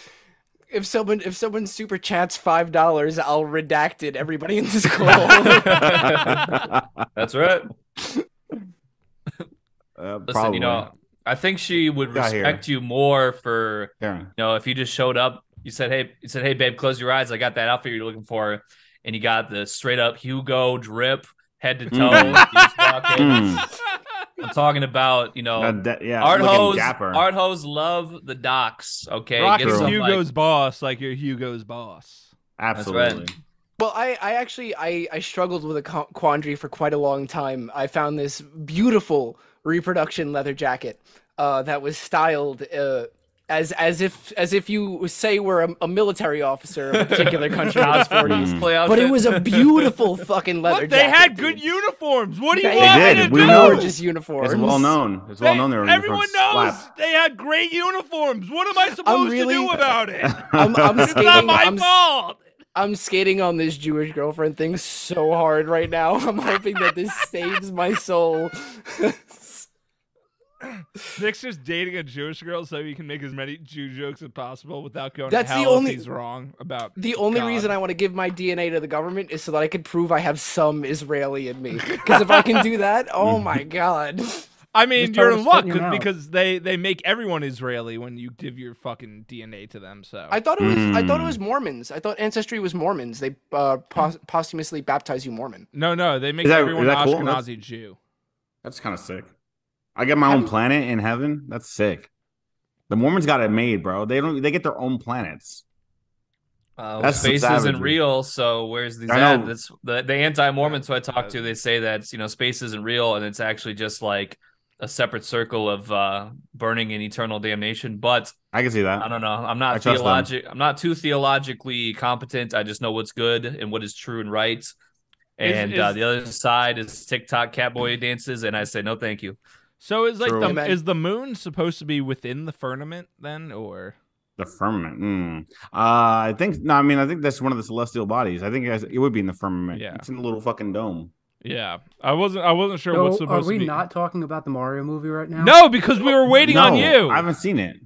if someone if someone super chats five dollars, I'll redact it. Everybody in this call. That's right. Uh, Listen, probably. you know, I think she would Got here. respect you more for Karen. you know if you just showed up. You said, "Hey," you said, "Hey, babe, close your eyes. I got that outfit you're looking for," and you got the straight up Hugo drip, head to toe. Mm. You just walk in. Mm. I'm talking about you know That- that- yeah, Oh, art looking hoes. dapper. Art hoes love the docs. Okay, Rock True. is some, like- Hugo's boss, like you're Hugo's boss. right. Absolutely. well, I, I actually I, I struggled with a co- quandary for quite a long time. I found this beautiful reproduction leather jacket uh, that was styled uh, as as if as if you say we're a, a military officer of a particular country in the Mm. 40s. cosplay But outfit. it was a beautiful fucking leather Look, they jacket. had dude. good uniforms. What do you They want did. me to We do? know. Gorgeous uniforms. It's well known. It's well They- known. They were everyone from knows Slap. they had great uniforms. What am I supposed really- to do about it? I'm, I'm It's not skating. my I'm, fault. I'm skating on this Jewish girlfriend thing so hard right now. I'm hoping that this saves my soul. Nick's just dating a Jewish girl so he can make as many Jew jokes as possible without going That's to the hell only- if he's wrong about the only God. reason I want to give my DNA to the government is so that I could prove I have some Israeli in me. Because if I can do that, oh my god. I mean, Just you're tell in us luck what you 'cause- know. because they they make everyone Israeli when you give your fucking DNA to them. So I thought it was. I thought it Mm. was Mormons. I thought ancestry was Mormons. They uh, pos- posthumously baptize you Mormon. no, no, they make Is that- everyone is that cool? Ashkenazi Jew. That's kind of sick. I get my own planet in heaven. That's sick. The Mormons got it made, bro. They don't. They get their own planets. Uh, That's some space savagery. isn't real, so where's these I at? know. That's the, the anti-Mormons who I talk to. They say that you know space isn't real, and it's actually just like a separate circle of uh, burning and eternal damnation. But I can see that. I don't know. I'm I not trust them. theologic. I'm not too theologically competent. I just know what's good and what is true and right. And uh, is- the other side is TikTok catboy dances, and I say no, thank you. So is like True. the Amen. is the moon supposed to be within the firmament then, or The firmament. Mm. Uh, I think no. I mean, I think that's one of the celestial bodies. I think it, has- it would be in the firmament. Yeah. it's in the little fucking dome. yeah? I wasn't I wasn't sure No, what's are supposed we to be. not talking about the Mario movie right now? No, because we were waiting on Oh, No, you. I haven't seen it.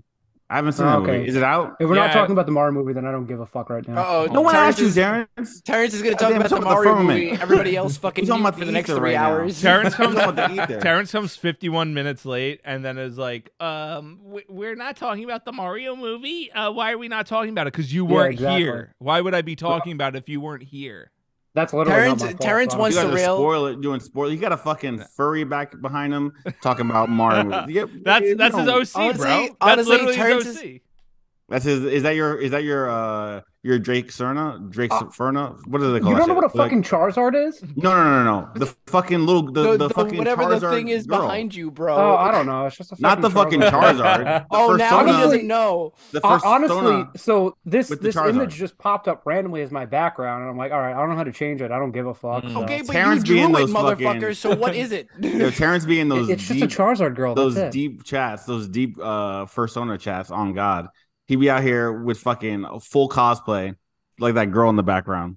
I haven't seen Oh, that okay. movie. Is it out? If we're Yeah. not talking about the Mario movie, then I don't give a fuck right now. Oh, No one asked you, Terrence. Darren. Terrence is going to Goddamn, talk it's about the about the Mario firmament. movie. Everybody else fucking It's on my mute for the next ether three right now. hours. Terrence Who's comes. on the ether? Terrence comes 51 minutes late, and then is like, "Um, we- we're not talking about the Mario movie. Uh, why are we not talking about it? Because you Yeah, weren't exactly. here. Why would I be talking about it if you weren't here? That's literally Terrence- not my fault, Terrence so You wants- guys are surreal. spoiler doing spoiler. You got a fucking furry back behind him talking about Mario. You get- That's you that's his don't- OC, honestly- bro. That's honestly, literally Terrence his is- OC. That's his. Is that your? Is that your? uh Your Drake Cerna? Drake Oh. Cerna? What do they You call? don't that know what a shit? Like- fucking Charizard is? No, no, no, no, no. The fucking little the, The, the, the- fucking whatever the Charizard thing is girl. behind you, bro. Oh, I don't know. It's just a Not the fucking Charizard. the Oh, first now he Sona- Honestly- doesn't know. the Hon- first Uh, Honestly, Sona- so this with the this Charizard. image just popped up randomly as my background, and I'm like, all right, I don't know how to change it. I don't give a fuck. Mm. so- Okay, but Terrence you being drew it, those fucking- motherfucker. So what is it? Yo, Terrence be in It- those it's deep, just a Charizard girl. those Oh, that's it. deep chats, those deep uh persona chats. On God, he be out here with fucking full cosplay, like that girl in the background.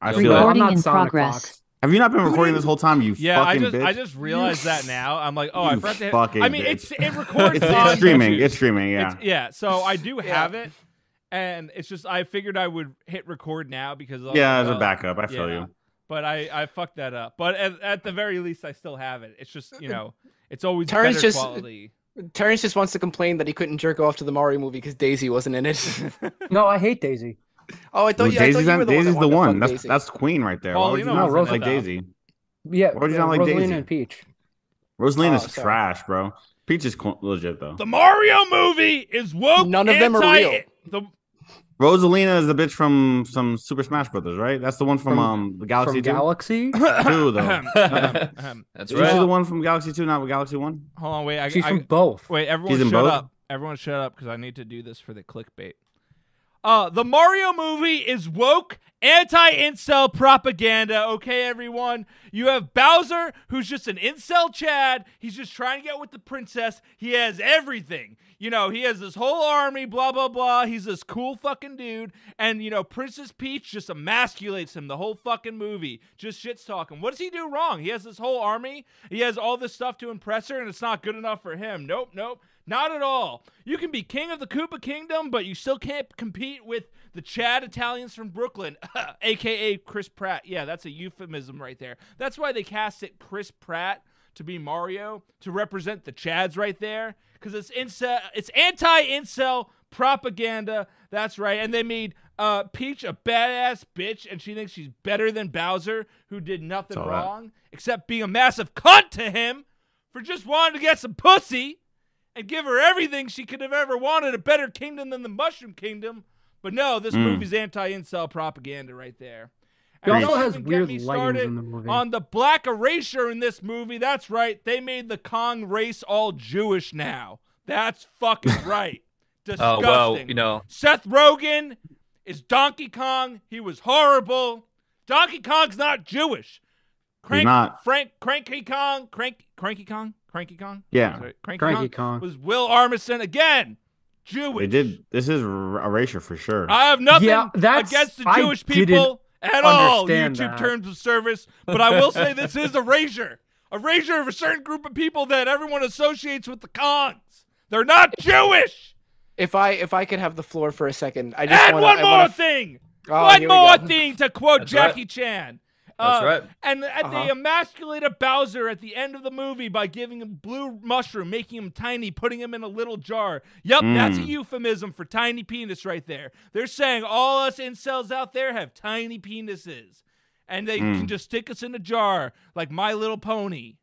I Yo, feel I'm it. not Recording in Sonic progress. Fox. Have you not been recording didn't- this whole time? You Yeah, I fucking just bitch. I just realized that now. I'm like, oh, I You forgot to. Hit. fucking I mean, bitch. it's it records it's, on it's streaming. YouTube. It's streaming. Yeah. It's- yeah. So I do Yeah. have it, and it's just I figured I would hit record now because uh, I was yeah, like, as a well, backup, I feel yeah. you. But I I fucked that up. But at, at the very least, I still have it. It's just you know, it's always Terrence better just- quality. Terrence just wants to complain that he couldn't jerk off to the Mario movie because Daisy wasn't in it. No, I hate Daisy. oh, I thought, Oh, Ooh, you, I thought Daisy's, you on- were the one. Daisy's that the wanted to fuck one. That's Daisy. that's Queen right there. Why would you Paulina not was in like it, though. Daisy? Yeah, Why would you not uh, like Rosalina Daisy? and Peach. Rosalina's Oh, sorry. trash, bro. Peach is co- legit though. The Mario movie is woke. None of them are anti- real. The, Rosalina is the bitch from some Super Smash Brothers, right? That's the one from, From- um the Galaxy From Galaxy. Two, though. Ahem, Not ahem, the- ahem. That's Isn't she right. the one from Galaxy Two, not Galaxy One? Hold on, wait. I, She's I- from both. Wait, everyone He's in shut both? up. Everyone shut up because I need to do this for the clickbait. Uh, the Mario movie is woke anti incel propaganda. Okay, everyone. You have Bowser, who's just an incel Chad. He's just trying to get with the princess. He has everything. You know, he has this whole army, blah, blah, blah. He's this cool fucking dude. And, you know, Princess Peach just emasculates him the whole fucking movie. Just shit's talking. What does he do wrong? He has this whole army. He has all this stuff to impress her, and it's not good enough for him. Nope, nope. Not at all. You can be king of the Koopa Kingdom, but you still can't compete with the Chad Italians from Brooklyn, aka Chris Pratt. Yeah, that's a euphemism right there. That's why they cast it Chris Pratt to be Mario to represent the Chads right there, because it's incel, it's anti-incel propaganda. That's right, and they made uh, Peach a badass bitch, and she thinks she's better than Bowser, who did nothing Saw that. wrong except being a massive cunt to him for just wanting to get some pussy and give her everything she could have ever wanted a better kingdom than the Mushroom Kingdom. But no, this Hmm. Mm. movie's anti incel propaganda right there. It also don't has even get weird me lightings started in the movie. on the black erasure in this movie. That's right. They made the Kong race all Jewish now. That's fucking right. Oh Disgusting. well, you know. Seth Rogen is Donkey Kong. He was horrible. Donkey Kong's not Jewish. Crank, not. Frank Cranky Kong. Crank Cranky Kong. Cranky Kong. Yeah, Sorry, Cranky, Cranky Kong, Kong. was Will Armisen again. Jewish. they did. This is r- erasure for sure. I have nothing Yeah, that's- against the I Jewish didn't people at all. YouTube understand that. terms of service, but I will say this is erasure. Erasure of a certain group of people that everyone associates with the Kongs. They're not Jewish. If I if I could have the floor for a second, I just And want one to. more Wanna... thing. Oh, One here we more go. thing to quote That's right. Jackie Chan. That's Uh, right. And, and they Uh-huh. emasculated Bowser at the end of the movie by giving him blue mushroom, making him tiny, putting him in a little jar. Yep, that's a Mm. euphemism for tiny penis right there. They're saying all us incels out there have tiny penises. And they Mm. can just stick us in a jar like My Little Pony.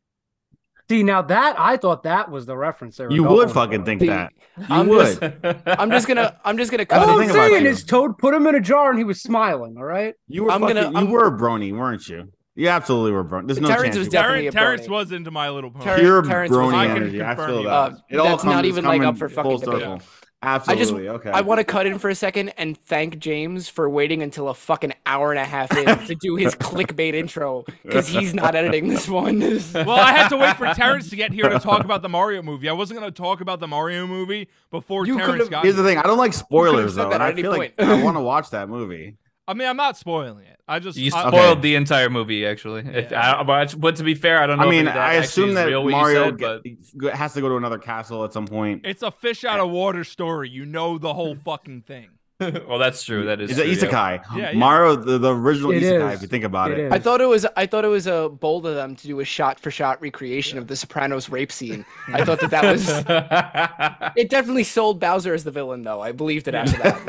See, now that I thought that was the reference there. You would fucking think The- that. You I'm would. just- I'm just gonna I'm just gonna That's cut the All it. thing I'm about saying you. is Toad put him in a jar and he was smiling. All right. you were I'm fucking, gonna- I'm- you were a brony, weren't you? You absolutely were a brony. There's no Terrence chance. was you- definitely Terrence, a brony. Terrence was into My Little Pony. Terrence- Pure was brony like- energy. I confirm feel you. that. Uh, it all that's comes, not even, coming like, up for full fucking debate. circle. I just- Absolutely. okay. I want to cut in for a second and thank James for waiting until a fucking hour and a half in to do his clickbait intro because he's not editing this one. well, I had to wait for Terrence to get here to talk about the Mario movie. I wasn't going to talk about the Mario movie before You Terrence could've- got. Here's the here. thing. I don't like spoilers said though, that and at I any feel like point. I want to watch that movie. I mean, I'm not spoiling it. I just You I- spoiled the entire movie, actually. If- Yeah. I- but, but to be fair, I don't know. I if mean, that I actually assume is that real what you Mario said, but- get- go- has to go to another castle at some point. It's a fish out of water story. You know the whole fucking thing. well, that's true. That is It's an true, yeah. isekai. Yeah, yeah. Mario, the, the original It isekai. is. If you think about It it, is. I thought it was I thought it was a bold of them to do a shot for shot recreation of the Sopranos rape scene. I thought that that was it. Definitely sold Bowser as the villain though. I believed it after that.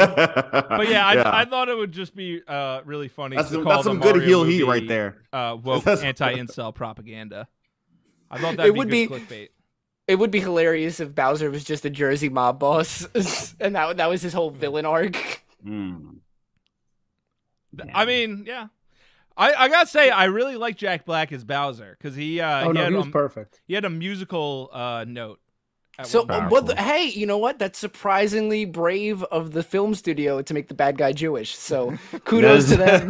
But but yeah, I, I thought it would just be uh, really funny. that's to some, call that's the some good Mario heel heat movie, right there. Uh, woke That's- anti-incel propaganda. I thought that would be be- good clickbait. It would be hilarious if Bowser was just a Jersey mob boss, and that that was his whole villain arc. Hmm. Th- I mean, yeah. I, I gotta say, I really like Jack Black as Bowser because he uh, oh he, no, had he was um, perfect. he had a musical uh, note. at So, one point. uh, what? The, hey, you know what? That's surprisingly brave of the film studio to make the bad guy Jewish. So, kudos to them.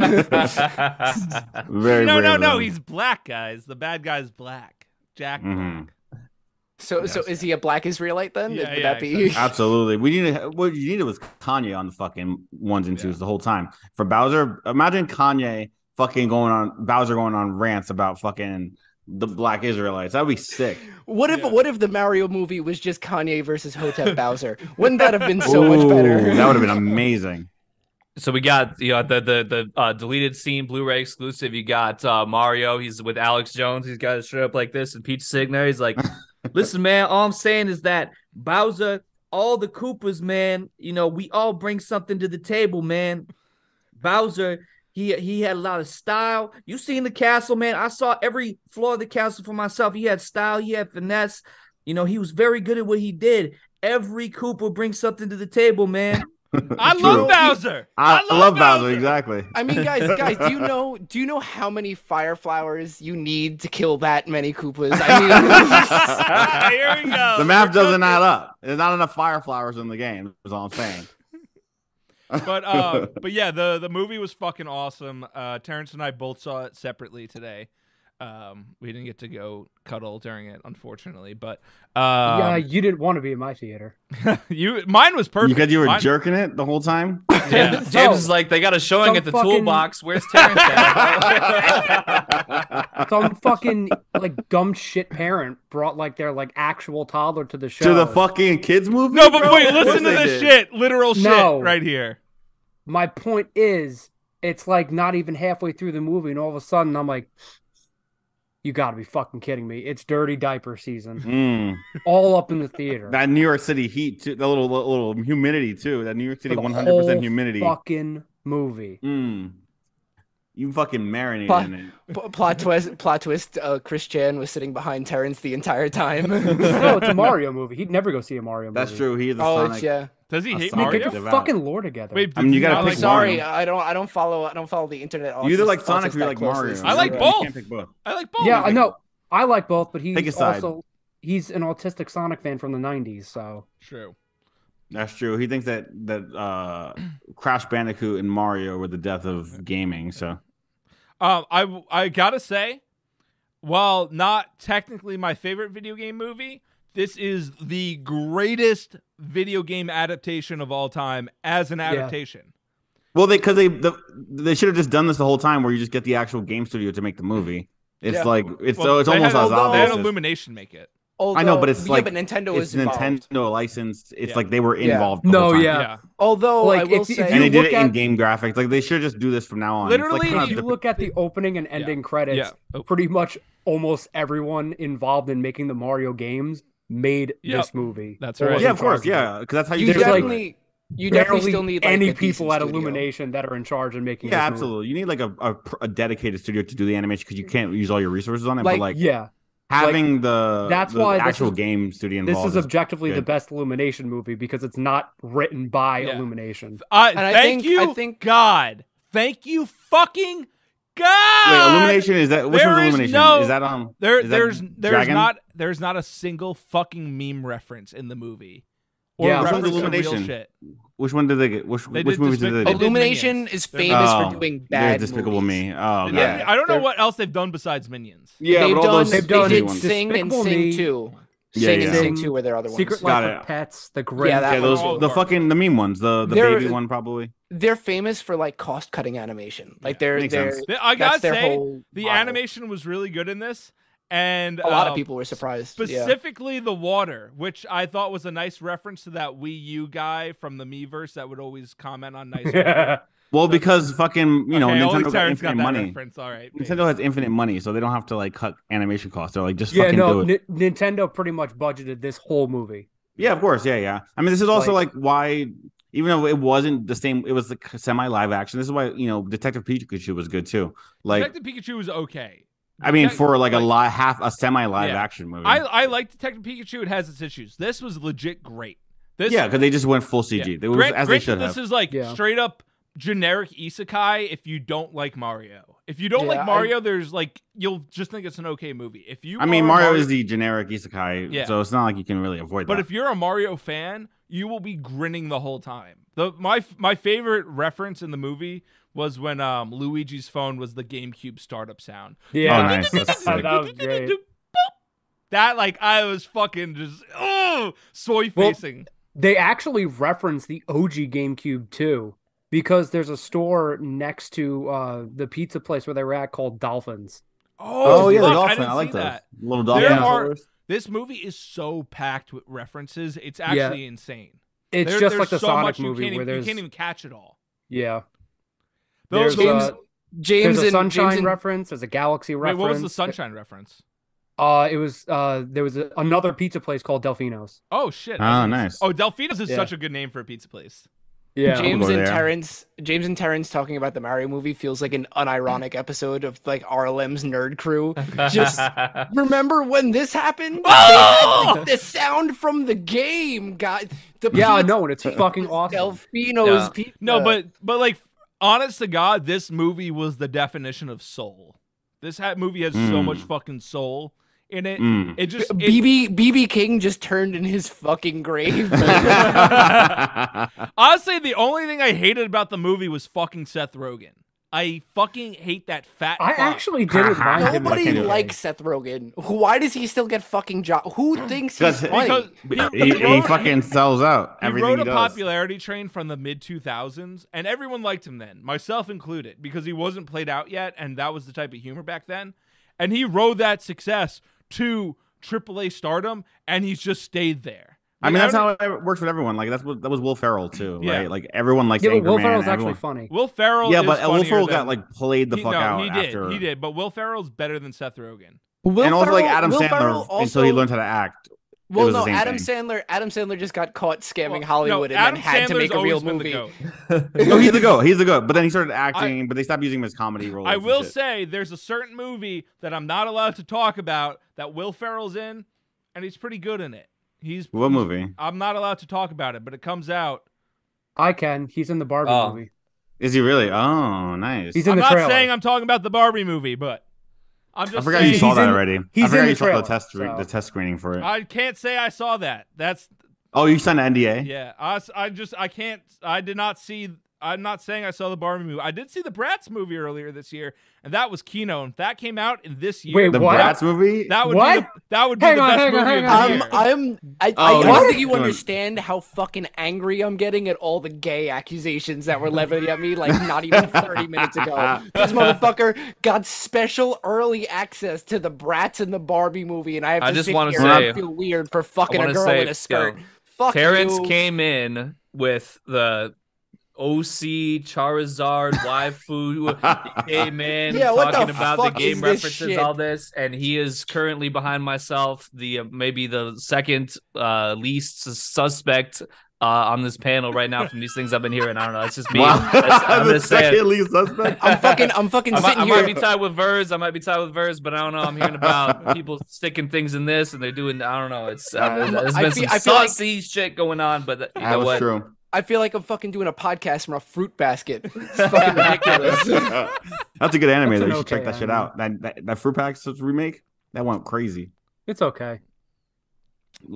very no, no, brave no, of he's black, guys. The bad guy's black. Jack Mhm. Black. so, so is he a black Israelite then? Yeah, Would yeah, that be? them. absolutely. We need to, what you needed was Kanye on the fucking ones and twos the whole time for Bowser. Imagine Kanye fucking going on Bowser going on rants about fucking the black Israelites. That'd be sick. What if Yeah. what if the Mario movie was just Kanye versus Hotep Bowser? Wouldn't that have been so much better? Ooh, that would have been amazing. so we got you know the the the uh, deleted scene Blu-ray exclusive. You got uh, Mario. He's with Alex Jones. He's got his shirt up like this, and Peach sitting there. He's like, "Listen, man. All I'm saying is that Bowser, all the Coopers, man. You know, we all bring something to the table, man. Bowser." He, he had a lot of style. You seen the castle, man. I saw every floor of the castle for myself. He had style. He had finesse. You know, he was very good at what he did. Every Cooper brings something to the table, man. I True. love Bowser. I, I love Bowser. exactly. I mean, guys, guys, do you know do you know how many fire flowers you need to kill that many Koopas? I mean, Here we go. the map We're doesn't cooking. add up. There's not enough fire flowers in the game. Is all I'm saying. But uh, but yeah, the the movie was fucking awesome. Uh, Terrence and I both saw it separately today. Um, we didn't get to go cuddle during it, unfortunately. But um, yeah, uh, you didn't want to be in my theater. you mine was perfect Because you were Mine- jerking it the whole time. James, So- James is like, they got a showing some at the fucking- toolbox. Where's Terrence? at?" Some fucking like dumb shit parent brought like their like actual toddler to the show. to the fucking kids movie. No, but bro? wait, Of course listen to they did. this shit. Literal shit No. right here. My point is, it's like not even halfway through the movie, and all of a sudden I'm like, "You got to be fucking kidding me! It's dirty diaper season, Mm, all up in the theater." that New York City heat, too, that little little humidity too. That New York for City the 100 whole percent humidity. Fucking movie. Mm. You fucking marinated Fuck. in it. p- plot twist, plot twist. Uh, Chris Chan was sitting behind Terrence the entire time. no, it's a Mario movie. He'd never go see a Mario movie. That's true. He is a oh, Sonic. it's, yeah. Does he A hate song. Man, Mario? get your Devout. fucking lore together. Wait, I mean, did you gotta not pick like one. Sorry, I don't. I don't follow. I don't follow the internet. You either audience- like Sonic audience Oh, or you that like closely, Mario. so I like you're You right. both. can't pick both. I like both. yeah, I know. I like both, but Take a he's side. also he's an autistic Sonic fan from the '90s. So True. That's true. He thinks that that uh, Crash Bandicoot and Mario were the death of gaming. So Um, I I gotta say, while not technically my favorite video game movie, this is the greatest video game adaptation of all time as an adaptation. well, they because they the, they should have just done this the whole time, where you just get the actual game studio to make the movie. It's Yeah. like it's Well, so it's they almost had, as They had obvious. as- Illumination make it. Although, I know, but it's yeah, like- but Nintendo It's was involved. Nintendo licensed. It's Yeah. like they were Yeah. involved. the No, whole time. Yeah. Although I Like, will if- if say, and they you did look it at- in game graphics. Like they should just do this from now on. It's like Literally, kind if of you the- look at the opening and ending credits, Yeah. Oh, pretty much almost everyone involved in making the Mario games made Yep. this movie. That's Or right. was yeah, of in course, charge it. yeah, because that's how you. you do it. there's, like, definitely, you definitely Barely still need like, any a people decent at studio. Illumination that are in charge and making. yeah, this movie. absolutely. You need like a, a, pr- a dedicated studio to do the animation because you can't use all your resources on it. Like, but like, Yeah, having the that's the why this actual is- game studio This involved is objectively the good. best Illumination movie because it's not written by Yeah. Illumination. I I thank think- I you, think- God. Thank you, fucking Wait, God. Illumination is that which There one's is Illumination? no- Is that um There, is that there's, there's Dragon? not, there's not a single fucking meme reference in the movie, or Yeah. Which one's reference to real Illumination? shit. Which one did they get? Which They which did movies Despic- did they They do? did Illumination Minions. is They're- famous Oh, for doing There's bad. Despicable movies. Me. Oh Yeah. god. I don't know They're- what else they've done besides Minions. Yeah, they've but all done, those they they've done did ones. Sing and Despicable Sing Me. Too. Yeah, Sing yeah. and Sing Too were their other ones. Secret Got Life of it. Pets, The Grim. Yeah, that Yeah, one those all the worked. fucking the meme ones, the the They're- baby one probably. They're famous for like cost cutting animation. Like they're Makes they're sense. They- I gotta that's their say, whole the model. animation was really good in this, and A lot of um, people were surprised. yeah. Specifically, the water, which I thought was a nice reference to that Wii U guy from the Miiverse that would always comment on nice. weather. Well, because fucking you know okay, only Nintendo got Terrence got infinite that money. reference. All right, babe. Nintendo has infinite money, so they don't have to like cut animation costs. They're like just yeah, fucking do no, it. Ni- Nintendo pretty much budgeted this whole movie. Yeah, of course. Yeah, yeah. I mean, this is also like, why, even though it wasn't the same, it was like semi live action. This is why you know Detective Pikachu was good too. Like, Detective Pikachu was okay. I mean, Detective- for like a like- li- half a semi live Yeah. action movie. I I like Detective Pikachu. It has its issues. This was legit great. This yeah, because they just went full CG. yeah. They were Grant- as they granted, should have. This is like Yeah. straight up generic isekai. If you don't like Mario, if you don't Yeah, like I- Mario, there's like you'll just think it's an okay movie. If you, I mean, are a Mario is the generic isekai, Yeah. so it's not like you can really avoid But that. if you're a Mario fan, you will be grinning the whole time. The my my favorite reference in the movie was when um, Luigi's phone was the GameCube startup sound. Oh, Yeah, nice. That's that sick. was great. That like I was fucking just oh soy Well- facing. They actually reference the OG GameCube too, because there's a store next to uh, the pizza place where they were at called Dolphins. oh yeah, fuck, the dolphin. I, didn't I, like see those. that. little There dolphin. are this movie is so packed with references. It's actually insane. It's There- just there's like the so Sonic much you movie can't where even- there's you can't even catch it all. yeah, Those there's games- a, James there's a and sunshine James and, reference, there's a galaxy Wait, reference. what was the sunshine reference? Uh, it was uh, there was a, another pizza place called Delfino's. Oh shit! Ah, that's- nice. Oh, Delfino's is Yeah. such a good name for a pizza place. Yeah, Jam- James We'll go and there. Terrence James and Terrence talking about the Mario movie feels like an unironic episode of like RLM's nerd crew. Just remember when this happened? They had, like, the sound from the game, God. The yeah, I pizza know, and it's fucking was awesome. Delfino's Yeah. pizza. No, but but like honest to God, this movie was the definition of soul. This ha- movie has so Mm. much fucking soul in it. Mm. It just it- BB BB King just turned in his fucking grave. honestly the only thing I hated about the movie was fucking Seth Rogen. I fucking hate that fat. I fuck. actually didn't mind him. in I Nobody can't do that it. likes movie. Seth Rogen. Who- Why does he still get fucking job? Who thinks he's Because- funny? Because Mm. he, he wrote- fucking sells out He everything rode he a does. popularity train from the mid 2000s, and everyone liked him then, myself included, because he wasn't played out yet, and that was the type of humor back then. And he rode that success to AAA stardom, and he's just stayed there. I mean, Like, that's don't- how it works with everyone. Like that's what that was Will Ferrell too, Yeah. right? Like everyone likes Yeah, but Anchorman. Will Ferrell's actually everyone- funny. Will Ferrell. Yeah, is but uh, Will funnier Ferrell than- got like played the he, fuck no, out He did. after. He did. But Will Ferrell's better than Seth Rogen. Will and also like Ferrell- Adam Will Sandler Ferrell until he also- learned how to act. Well, was the no, same Adam thing. Sandler. Adam Sandler just got caught scamming Well, no, Hollywood and Adam then had to Sandler's make a always real been the movie. goat. No, he's the goat. He's the goat. But then he started acting, but they stopped using him as comedy roles. I and will shit. say there's a certain movie that I'm not allowed to talk about that Will Ferrell's in, and he's pretty good in it. He's What he's- movie I'm not allowed to talk about it, but it comes out. I can. He's in the Barbie Oh. movie. is he really? Oh, nice. He's in I'm the not trailer. saying I'm talking about the Barbie movie, but I'm I just forgot saying, you saw he's that in- already. I he's in forgot the you saw trailer, the test re- so- the test screening for it. I can't say I saw that. That's oh, you signed an NDA. yeah. I, s- I just I can't. I did not see. I'm not saying I saw the Barbie movie. I did see the Bratz movie earlier this year, and that was Kino, and that came out in this year. Wait, The What? Bratz movie. That would be What? the, that would be Hang the on, best hang on, movie hang of on. the I'm, year. Um, I'm, I, Oh, I don't yeah. think you Come on. understand how fucking angry I'm getting at all the gay accusations that were levied at me like not even 30 minutes ago. This motherfucker got special early access to the Bratz and the Barbie movie, and I have to I just sit wanna here and say- I feel weird for fucking wanna a girl say, in a skirt. yo, Fuck Terrence you. came in with the OC Charizard waifu. He came in Yeah, what the talking about the fuck game is this references, shit? all this, and he is currently behind myself, the uh, maybe the second uh, least sus- suspect uh, on this panel right now from these things I've been hearing. I don't know. It's just me. Wow. That's- I'm the just saying. second least suspect. I'm fucking. I'm fucking I, might, sitting I here. might be tied with Vers. I might be tied with Vers, but I don't know. I'm hearing about people sticking things in this, and they're doing. I don't know. It's uh, Um, there's I been feel- some I feel like- saucy shit going on, but that- you That know was what? true. I feel like I'm fucking doing a podcast from a fruit basket. It's fucking ridiculous. That's a good anime. That's though. an You should okay check that shit anime. out. That that, that Fruit Packs remake that went crazy. It's okay.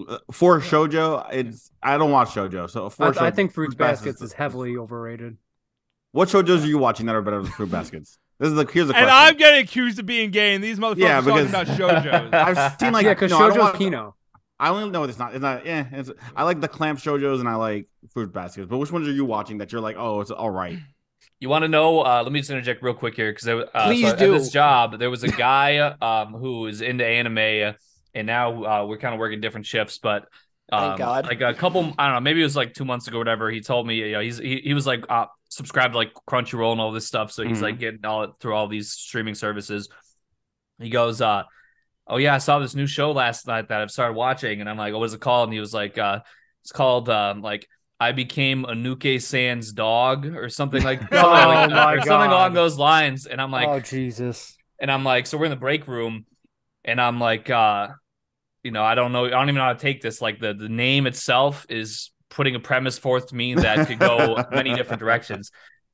Uh, For shojo, it's I don't watch shojo, so for I, shoujo, I think Fruit Baskets the- is heavily overrated. What shojos are you watching that are better than Fruit Baskets? This is the here's the And question. I'm getting accused of being gay, and these motherfuckers Yeah, are talking about because- shoujos. I've seen like yeah, because no, I don't Shoujo's watch- Kino. I only know it's not. It's not. Yeah, it's, I like the clamp shojos and I like Fruit Baskets. But which ones are you watching that you're like, oh, it's all right? You want to know? Uh, let me just interject real quick here because uh, Please so at do. this job, there was a guy um, who was into anime, and now uh, we're kind of working different shifts. But um, Thank God. like a couple, I don't know, maybe it was like two months ago, whatever. He told me, you know, he's he, he was like uh, subscribed to like Crunchyroll and all this stuff, so he's Mhm. Mm-hmm. like getting all it through all these streaming services. He goes, uh, "Oh yeah, I saw this new show last night that I've started watching," and I'm like, "Oh, "What's it called?" And he was like, uh, "It's called um, like." I became Anuke San's dog or something like, something, like Oh, my or something God. along those lines. And I'm like, oh Jesus! and I'm like, so we're in the break room, and I'm like, uh, you know, I don't know, I don't even know how to take this. Like the the name itself is putting a premise forth to me that could go many different directions.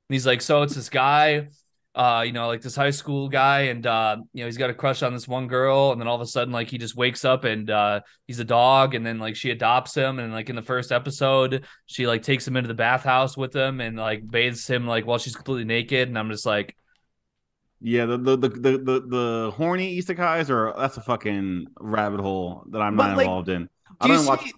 And he's like, so it's this guy, uh, you know, like this high school guy, and uh, you know, he's got a crush on this one girl, and then all of a sudden, like he just wakes up and uh he's a dog, and then like she adopts him, and like in the first episode, she like takes him into the bathhouse with him and like bathes him like while she's completely naked, and I'm just like Yeah, the the the the, the, the horny isekais are that's a fucking rabbit hole that I'm But, not like, involved in. I Do you don't see? watch.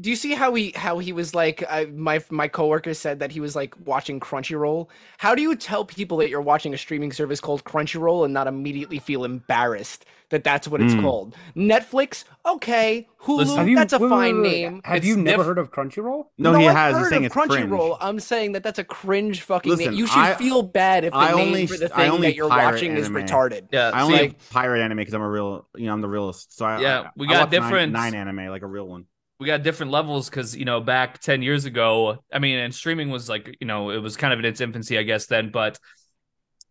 Do you see how he how he was like? I, my my coworker said that he was like watching Crunchyroll. How do you tell people that you're watching a streaming service called Crunchyroll and not immediately feel embarrassed that that's what it's Mm. called? called? Netflix, okay. Hulu, Listen- Have that's a wait, wait, fine wait, wait. name. Have It's you never diff- heard of Crunchyroll? No, he I've has. He's heard saying of it's cringe. Crunchyroll. I'm saying that that's a cringe fucking Listen, name. You should I- feel bad if the I name only- for the I thing only that you're pirate watching is anime. retarded. yeah, I only see, like pirate anime because I'm a real, you know, I'm the realist. So I Yeah, I- we I watch got nine- different- nine, anime, like a real one. we got different levels because you know back 10 years ago i mean and streaming was like you know it was kind of in its infancy i guess then but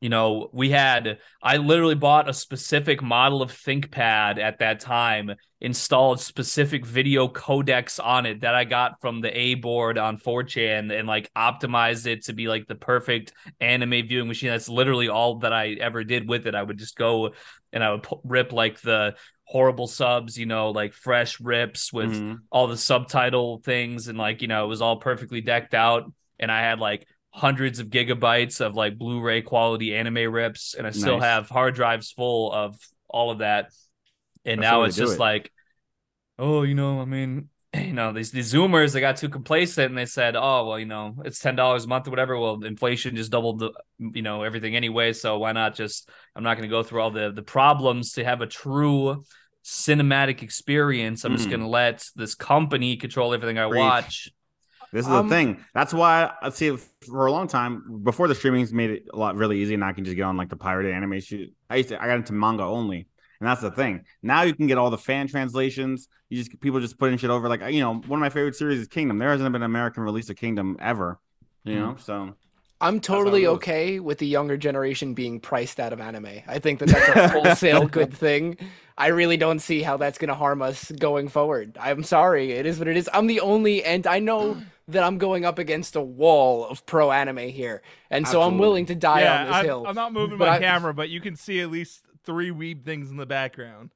you know we had i literally bought a specific model of thinkpad at that time installed specific video codecs on it that i got from the a board on 4chan and like optimized it to be like the perfect anime viewing machine that's literally all that i ever did with it i would just go and i would pu- rip like the horrible subs you know like fresh rips with Mhm. all the subtitle things and like you know it was all perfectly decked out and i had like hundreds of gigabytes of like blu-ray quality anime rips and i still Nice. have hard drives full of all of that and That's the now way it's to do just it. like oh you know i mean you know these these zoomers they got too complacent and they said oh well you know it's ten dollars a month or whatever well inflation just doubled the you know everything anyway so why not just i'm not going to go through all the the problems to have a true cinematic experience i'm just Mm. going to let this company control everything i Preach. watch This is Um, the thing. That's why I see it for a long time before the streamings made it a lot really easy, and I can just get on like the pirated anime shoot. I used to, I got into manga only, and that's the thing. Now you can get all the fan translations. You just people just putting shit over. Like you know, one of my favorite series is Kingdom. There hasn't been an American release of Kingdom ever. You Mm-hmm. know, so I'm how it totally goes. okay with the younger generation being priced out of anime. I think that that's a wholesale good thing. I really don't see how that's going to harm us going forward. I'm sorry. It is what it is. I'm the only, and I know that I'm going up against a wall of pro anime here. And so I'm Absolutely. willing to die on yeah, this hill. I'm, I'm not moving But my I- camera, but you can see at least three weeb things in the background.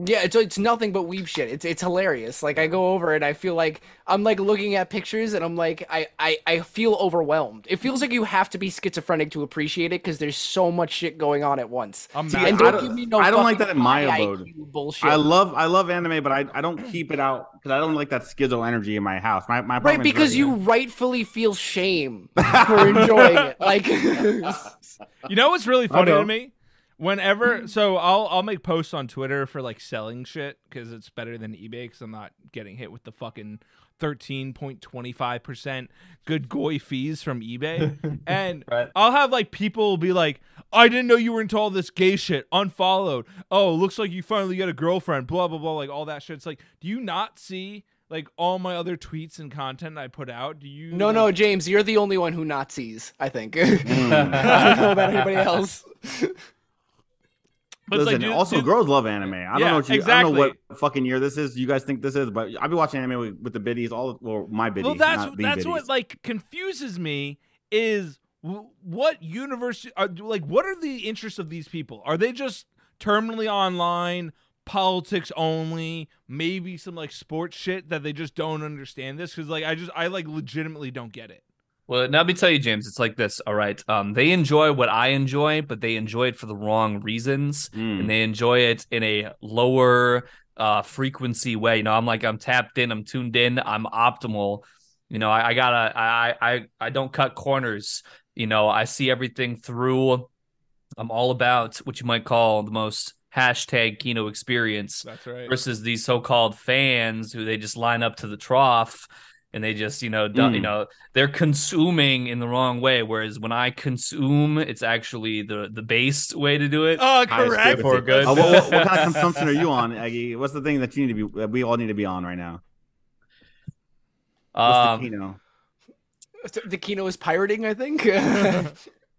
Yeah, it's it's nothing but weeb shit. It's it's hilarious. Like I go over and I feel like I'm like looking at pictures and I'm like I I, I feel overwhelmed. It feels like you have to be schizophrenic to appreciate it because there's so much shit going on at once. I'm See, not. And I don't, don't- give me no I don't like fucking that in my high abode. IQ bullshit. I love I love anime, but I, I don't keep it out because I don't like that schizo energy in my house. My right my apartment's because very- you rightfully feel shame for enjoying it. Like You know what's really funny to don't. me? Whenever, so I'll I'll make posts on Twitter for like selling shit because it's better than eBay because I'm not getting hit with the fucking thirteen point twenty five percent good goy fees from eBay, and Right. I'll have like people be like, "I didn't know you were into all this gay shit." Unfollowed. Oh, looks like you finally got a girlfriend. Blah blah blah. Like all that shit. It's like, do you not see like all my other tweets and content I put out? Do you No, no, James, you're the only one who not sees. I think. I don't know about Mm. anybody else. But it's Listen, do- also do- girls love anime. I don't Yeah, know what you, I don't know exactly. what fucking year this is. You guys think this is, but I've been watching anime with, with the biddies all, well, my biddies. Well, that's not the that's biddies. what like confuses me is w- what universe are like what are the interests of these people? Are they just terminally online, politics only, maybe some like sports shit that they just don't understand this cuz like I just I like legitimately don't get it. Well, now let me tell you, James. It's like this. All right. Um, they enjoy what I enjoy, but they enjoy it for the wrong reasons, Hmm. Mm. and they enjoy it in a lower uh frequency way. You know, I'm like I'm tapped in, I'm tuned in, I'm optimal. You know, I, I gotta, I, I, I- I don't cut corners. You know, I see everything through. I'm all about what you might call the most hashtag Kino experience That's right. versus these so-called fans who they just line up to the trough and they just you know du- you Hmm. Mm. know they're consuming in the wrong way whereas when i consume it's actually the the base way to do it Oh, Highest correct. good for good. Uh, what, what, what kind of consumption are you on, Aggie? What's the thing that you need to be? That we all need to be on right now. What's um, the keynote? the Kino is pirating. I think.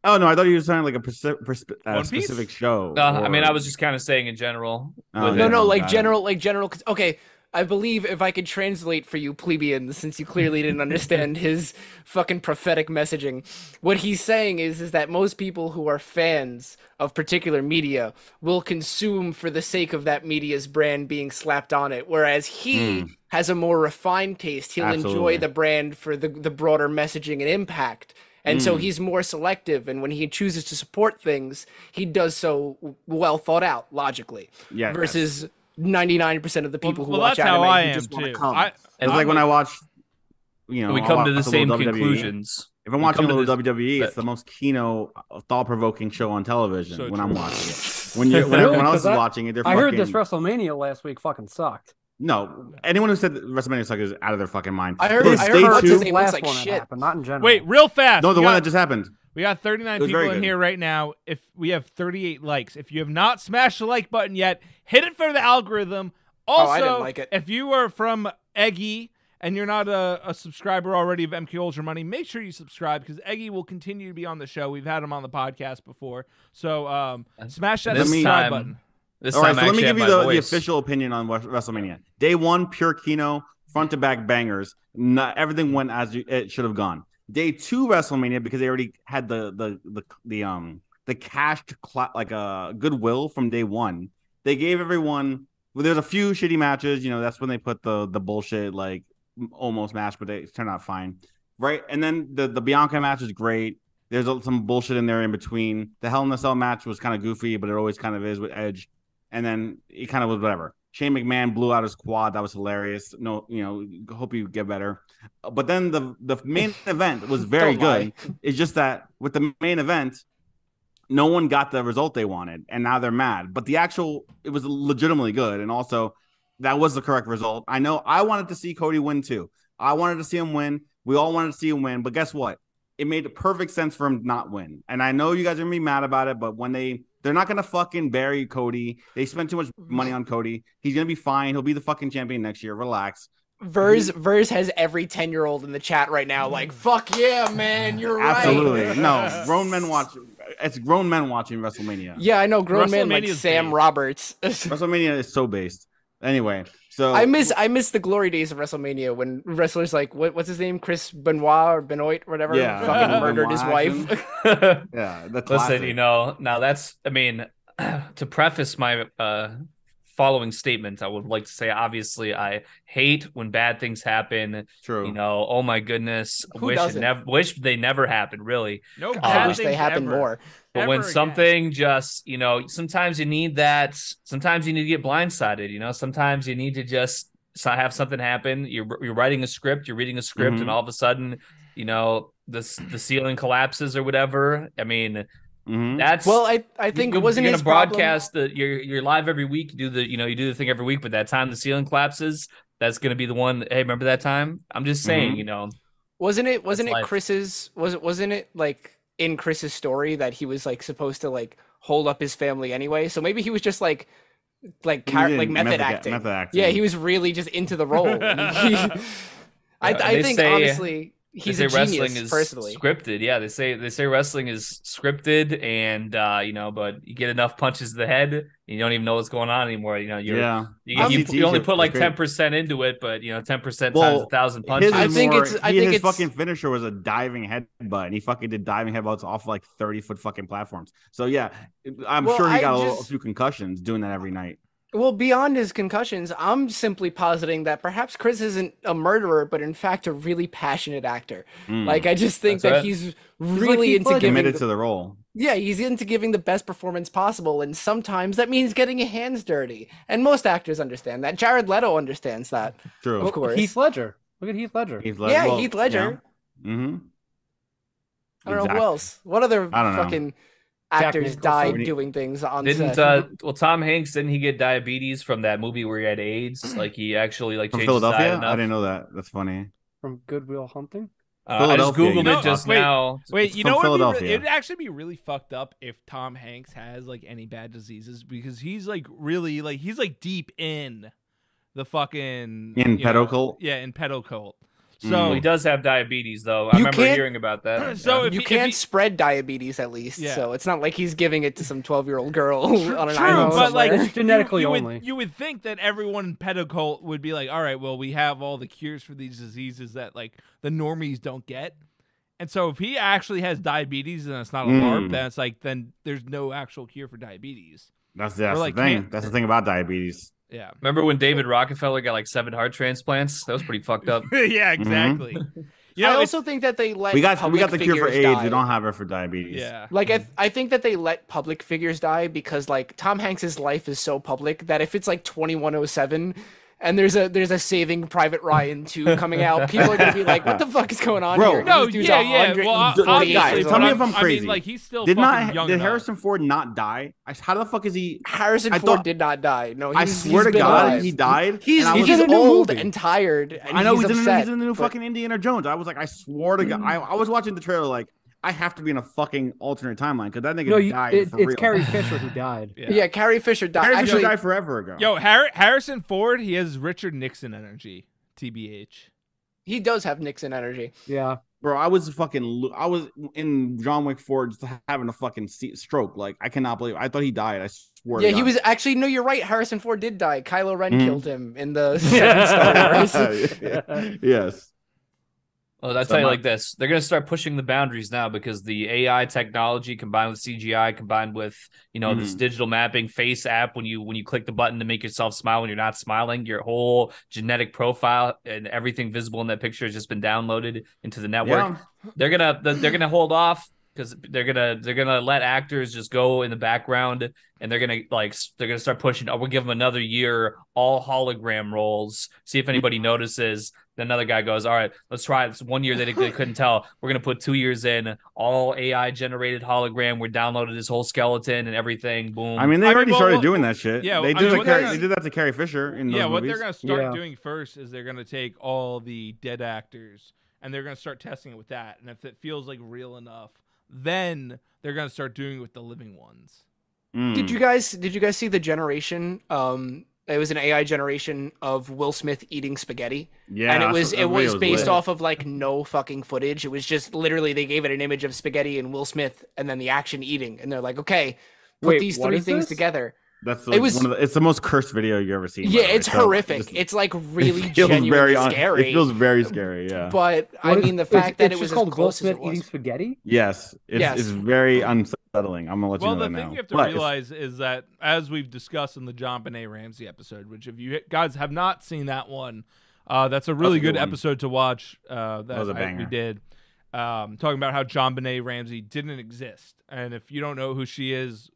Oh no, I thought you were saying like a perci- persp- uh, One Piece? specific show. no, Uh, i mean i or- was just kind of saying in general Oh, with no, it. no, like got it. general, like general. Okay, I believe if I could translate for you, plebeian, since you clearly didn't understand his fucking prophetic messaging, what he's saying is is that most people who are fans of particular media will consume for the sake of that media's brand being slapped on it, whereas he. Has a more refined taste. He'll Hmm. Absolutely. enjoy the brand for the, the broader messaging and impact. And so Mm. he's more selective. And when he chooses to support things, he does so w- well thought out, logically yeah. versus 99% of the people who well, watch that's how anime I who am just want too. to come. I, it's like when I watch. You know, we I'll come to the watch a same little WWE. conclusions If I'm we watching come a to little this- WWE, it's the most kino, thought-provoking show on television So when I'm true. watching it. When you, when Really? everyone else is 'Cause I- watching it, they're I fucking. heard this WrestleMania last week fucking sucked. No, anyone who said that WrestleMania suck is out of their fucking mind. I heard- But I heard stay what's his tuned- name? looks last like one shit. that happened, not in general. wait, real fast. No, the we one got- that just happened. We got 39 It was people very in good. here right now. If we have 38 likes, if you have not smashed the like button yet, hit it for the algorithm. Also, Oh, I didn't like it. if you are from Eggy and you're not a, a subscriber already of MQ Ultra Money, make sure you subscribe because Eggy will continue to be on the show. We've had him on the podcast before, so um, smash that This subscribe time- button. this All right, time so I let me actually give you have my the, the voice. official opinion on Wes- WrestleMania. Day one, pure Kino, front to back bangers. Not, everything went as you, it should have gone. Day two, WrestleMania, because they already had the the the, the um the cashed cla- like uh, goodwill from day one. They gave everyone. Well, there's a few shitty matches. You know, that's when they put the the bullshit like m- almost match, but they turned out fine, right? And then the the Bianca match is great. There's a- some bullshit in there in between. The Hell in a Cell match was kind of goofy, but it always kind of is with Edge and then it kind of was whatever. Shane McMahon blew out his quad. That was hilarious. No, you know, hope you get better. Uh, But then the the main event was very Don't lie. good. It's just that with the main event, no one got the result they wanted, and now they're mad. But the actual it was legitimately good, and also that was the correct result. I know I wanted to see Cody win too. I wanted to see him win. We all wanted to see him win. But guess what? it made perfect sense for him to not win. And I know you guys are gonna be mad about it, but when they they're not gonna fucking bury Cody. They spent too much Mm-hmm. money on Cody. He's gonna be fine. He'll be the fucking champion next year. Relax. Vers, Vers has every 10 year old in the chat right now, like, fuck yeah, man, you're right. Absolutely. No, grown men watch it's grown men watching WrestleMania. Yeah, I know grown man like WrestleMania's Sam big. Roberts. WrestleMania is so based. Anyway, so I miss I miss the glory days of WrestleMania when wrestlers like what, what's his name Chris Benoit or Benoit or whatever Yeah. fucking murdered his Benoit. wife. yeah, the Listen, classic. you know, now that's, I mean, to preface my uh, following statement, I would like to say, obviously, I hate when bad things happen. true. You know, oh my goodness, Who wish it doesn't? never, wish they never happened, really. No, I bad wish they things happened ever. more. But Ever when again. something just, you know, sometimes you need that. Sometimes you need to get blindsided. You know, sometimes you need to just so- have something happen. You're you're writing a script, you're reading a script, Mm-hmm. Mhm. and all of a sudden, you know, the s- the ceiling collapses or whatever. I mean, Mhm. that's Mm-hmm. Well, I I think you, it wasn't you're his gonna problem. broadcast the you're you're live every week. You do the you know you do the thing every week, but that time the ceiling collapses, that's gonna be the one. Hey, remember that time? I'm just saying, Mm-hmm. Mhm. you know, Wasn't it? Wasn't it life. Chris's? Was it? Wasn't it like in Chris's story that he was like supposed to like hold up his family anyway? So maybe he was just like like car- He like did method, act- acting. Method acting. Yeah, he was really just into the role. I, I they think say- honestly he's they a say wrestling genius is personally. scripted. Yeah, they say they say wrestling is scripted, and uh, you know, but you get enough punches to the head, and you don't even know what's going on anymore. You know, you're, yeah. you, you, RCTs you only are- put like are great. ten percent into it, but you know, ten percent times Well, a thousand punches. His I is think more- it's- I he- think his it's- fucking finisher was a diving headbutt, and he fucking did diving headbutts off like thirty foot fucking platforms. So yeah, I'm Well, sure he I got a, little, a just- few concussions doing that every night. Well, beyond his concussions, I'm simply positing that perhaps Chris isn't a murderer, but in fact a really passionate actor. Mm. Like I just think Hmm. That's that right. he's like really Heath into Ledger. giving committed the, to the role. Yeah, he's into giving the best performance possible, and sometimes that means getting your hands dirty. And most actors understand that. Jared Leto understands that. True. Of course. Heath Ledger. Look at Heath Ledger. Heath yeah, Heath Ledger. hmm I don't know who else. What other I don't know. fucking Jack actors Nicholson. died When he- doing things on Didn't set? uh well Tom Hanks didn't he get diabetes from that movie where he had AIDS? Like he actually like From changed his diet Philadelphia? I enough? didn't know that. That's funny. From Goodwill Hunting. Uh, I just Philadelphia, googled you it know. just Wait. now. Wait, It's you from know what? It'd, be Philadelphia. re- it'd actually be really fucked up if Tom Hanks has like any bad diseases because he's like really like he's like deep in the In fucking Mm. you know- pedocult? yeah, in pedo cult. Well, So he does have diabetes though. I You remember can't- hearing about that. So Yeah. if you he- if can't he- spread diabetes at least, Yeah. so it's not like he's giving it to some twelve-year-old girl on an True, island but like somewhere. It's genetically you, you only. Would, you would think that everyone in pedocult would be like, all right, well, we have all the cures for these diseases that like the normies don't get. And so if he actually has diabetes and it's not a LARP, Mm. then it's like then there's no actual cure for diabetes. That's, that's like, the thing. can't- That's the thing about diabetes. Yeah. Remember when David Rockefeller got like seven heart transplants? That was pretty fucked up. yeah, Mm-hmm. exactly. You know, I it's- also think that they let we got we got the public cure for AIDS. figures We die. don't have it for diabetes. yeah. Like I, Hmm. th- I think that they let public figures die because like Tom Hanks's life is so public that if it's like 2107 and there's a there's a Saving Private Ryan 2 coming out, people are gonna be like, what the fuck is going on Bro. here? no, This dude's yeah, yeah. 148 Well, obviously, years guys, but tell me old. if I'm I mean, crazy. like he's still Did fucking not young did enough. Harrison Ford not die? I, how the fuck is he? Harrison I Ford thought- did not die. No, I he's- swear he's to been God, alive. he died. He's, and I he's was just old old and tired. And I know he's, he's, in, the- upset, he's in the new but- Mm. fucking Indiana Jones. I was like, I swear to God, I, I was watching the trailer like I have to be in a fucking alternate timeline because that nigga No, you, died it, for it's real. Carrie Fisher who died. Yeah. Carrie Fisher died. Carrie Fisher Actually, died forever ago. Yo, Har- Harrison Ford, he has Richard Nixon energy, TBH. he does have Nixon energy. Yeah. bro, I was fucking, lo- I was in John Wick Four just having a fucking se- stroke. Like I cannot believe. I thought he died. I swear. to Yeah, he God. was actually no. You're right. Harrison Ford did die. Kylo Ren Mhm. killed him in the second Star Wars. Yeah. yes. Well, that's So tell you my- like this: they're going to start pushing the boundaries now because the AI technology combined with CGI, combined with you know this Mhm. digital mapping face app, when you when you click the button to make yourself smile when you're not smiling, your whole genetic profile and everything visible in that picture has just been downloaded into the network. Yeah. They're gonna they're gonna hold off because they're gonna they're gonna let actors just go in the background and they're gonna like s- they're gonna start pushing. Oh, we'll give them another year, all hologram roles. See if Mm-hmm. anybody notices. Then another guy goes, "All right, let's try it." It's one year they, they couldn't tell. We're gonna put two years in, all AI generated hologram. We're downloaded his whole skeleton and everything. Boom. I mean, they I mean, already well, started well, doing that shit. yeah, Yeah, I they did, mean, that what Carrie- they're- they did that to Carrie Fisher in those Yeah, what movies. they're going to start Yeah. doing first is they're going to take all the dead actors and they're going to start testing it with that. And if it feels like real enough, then they're going to start doing it with the living ones. Mm. Did you guys did you guys see the generation? Um, it was an AI generation of Will Smith eating spaghetti, Yeah, and it that's was what- it that video was based lit. off of like no fucking footage. It was just literally they gave it an image of spaghetti and Will Smith, and then the action eating, and they're like, okay, put Wait, these what three is things this? together. That's it like was- one of the, it's the most cursed video you ever seen. by yeah, the way, it's so horrific. just- it's like it really feels genuinely un- scary. It feels very scary. Yeah. but I What is- mean, the it's- fact that it's it was just as called Will close as Smith it eating was. spaghetti. Yes, it's, Yes. it's very unsettling. I'm gonna let you well, know the that thing now. you have to But it's- realize is that, as we've discussed in the John Benet Ramsey episode, which if you guys have not seen that one, uh, that's a really a good good, one. episode to watch. Uh, that was a I- we banger. did um, talking about how John Benet Ramsey didn't exist, and if you don't know who she is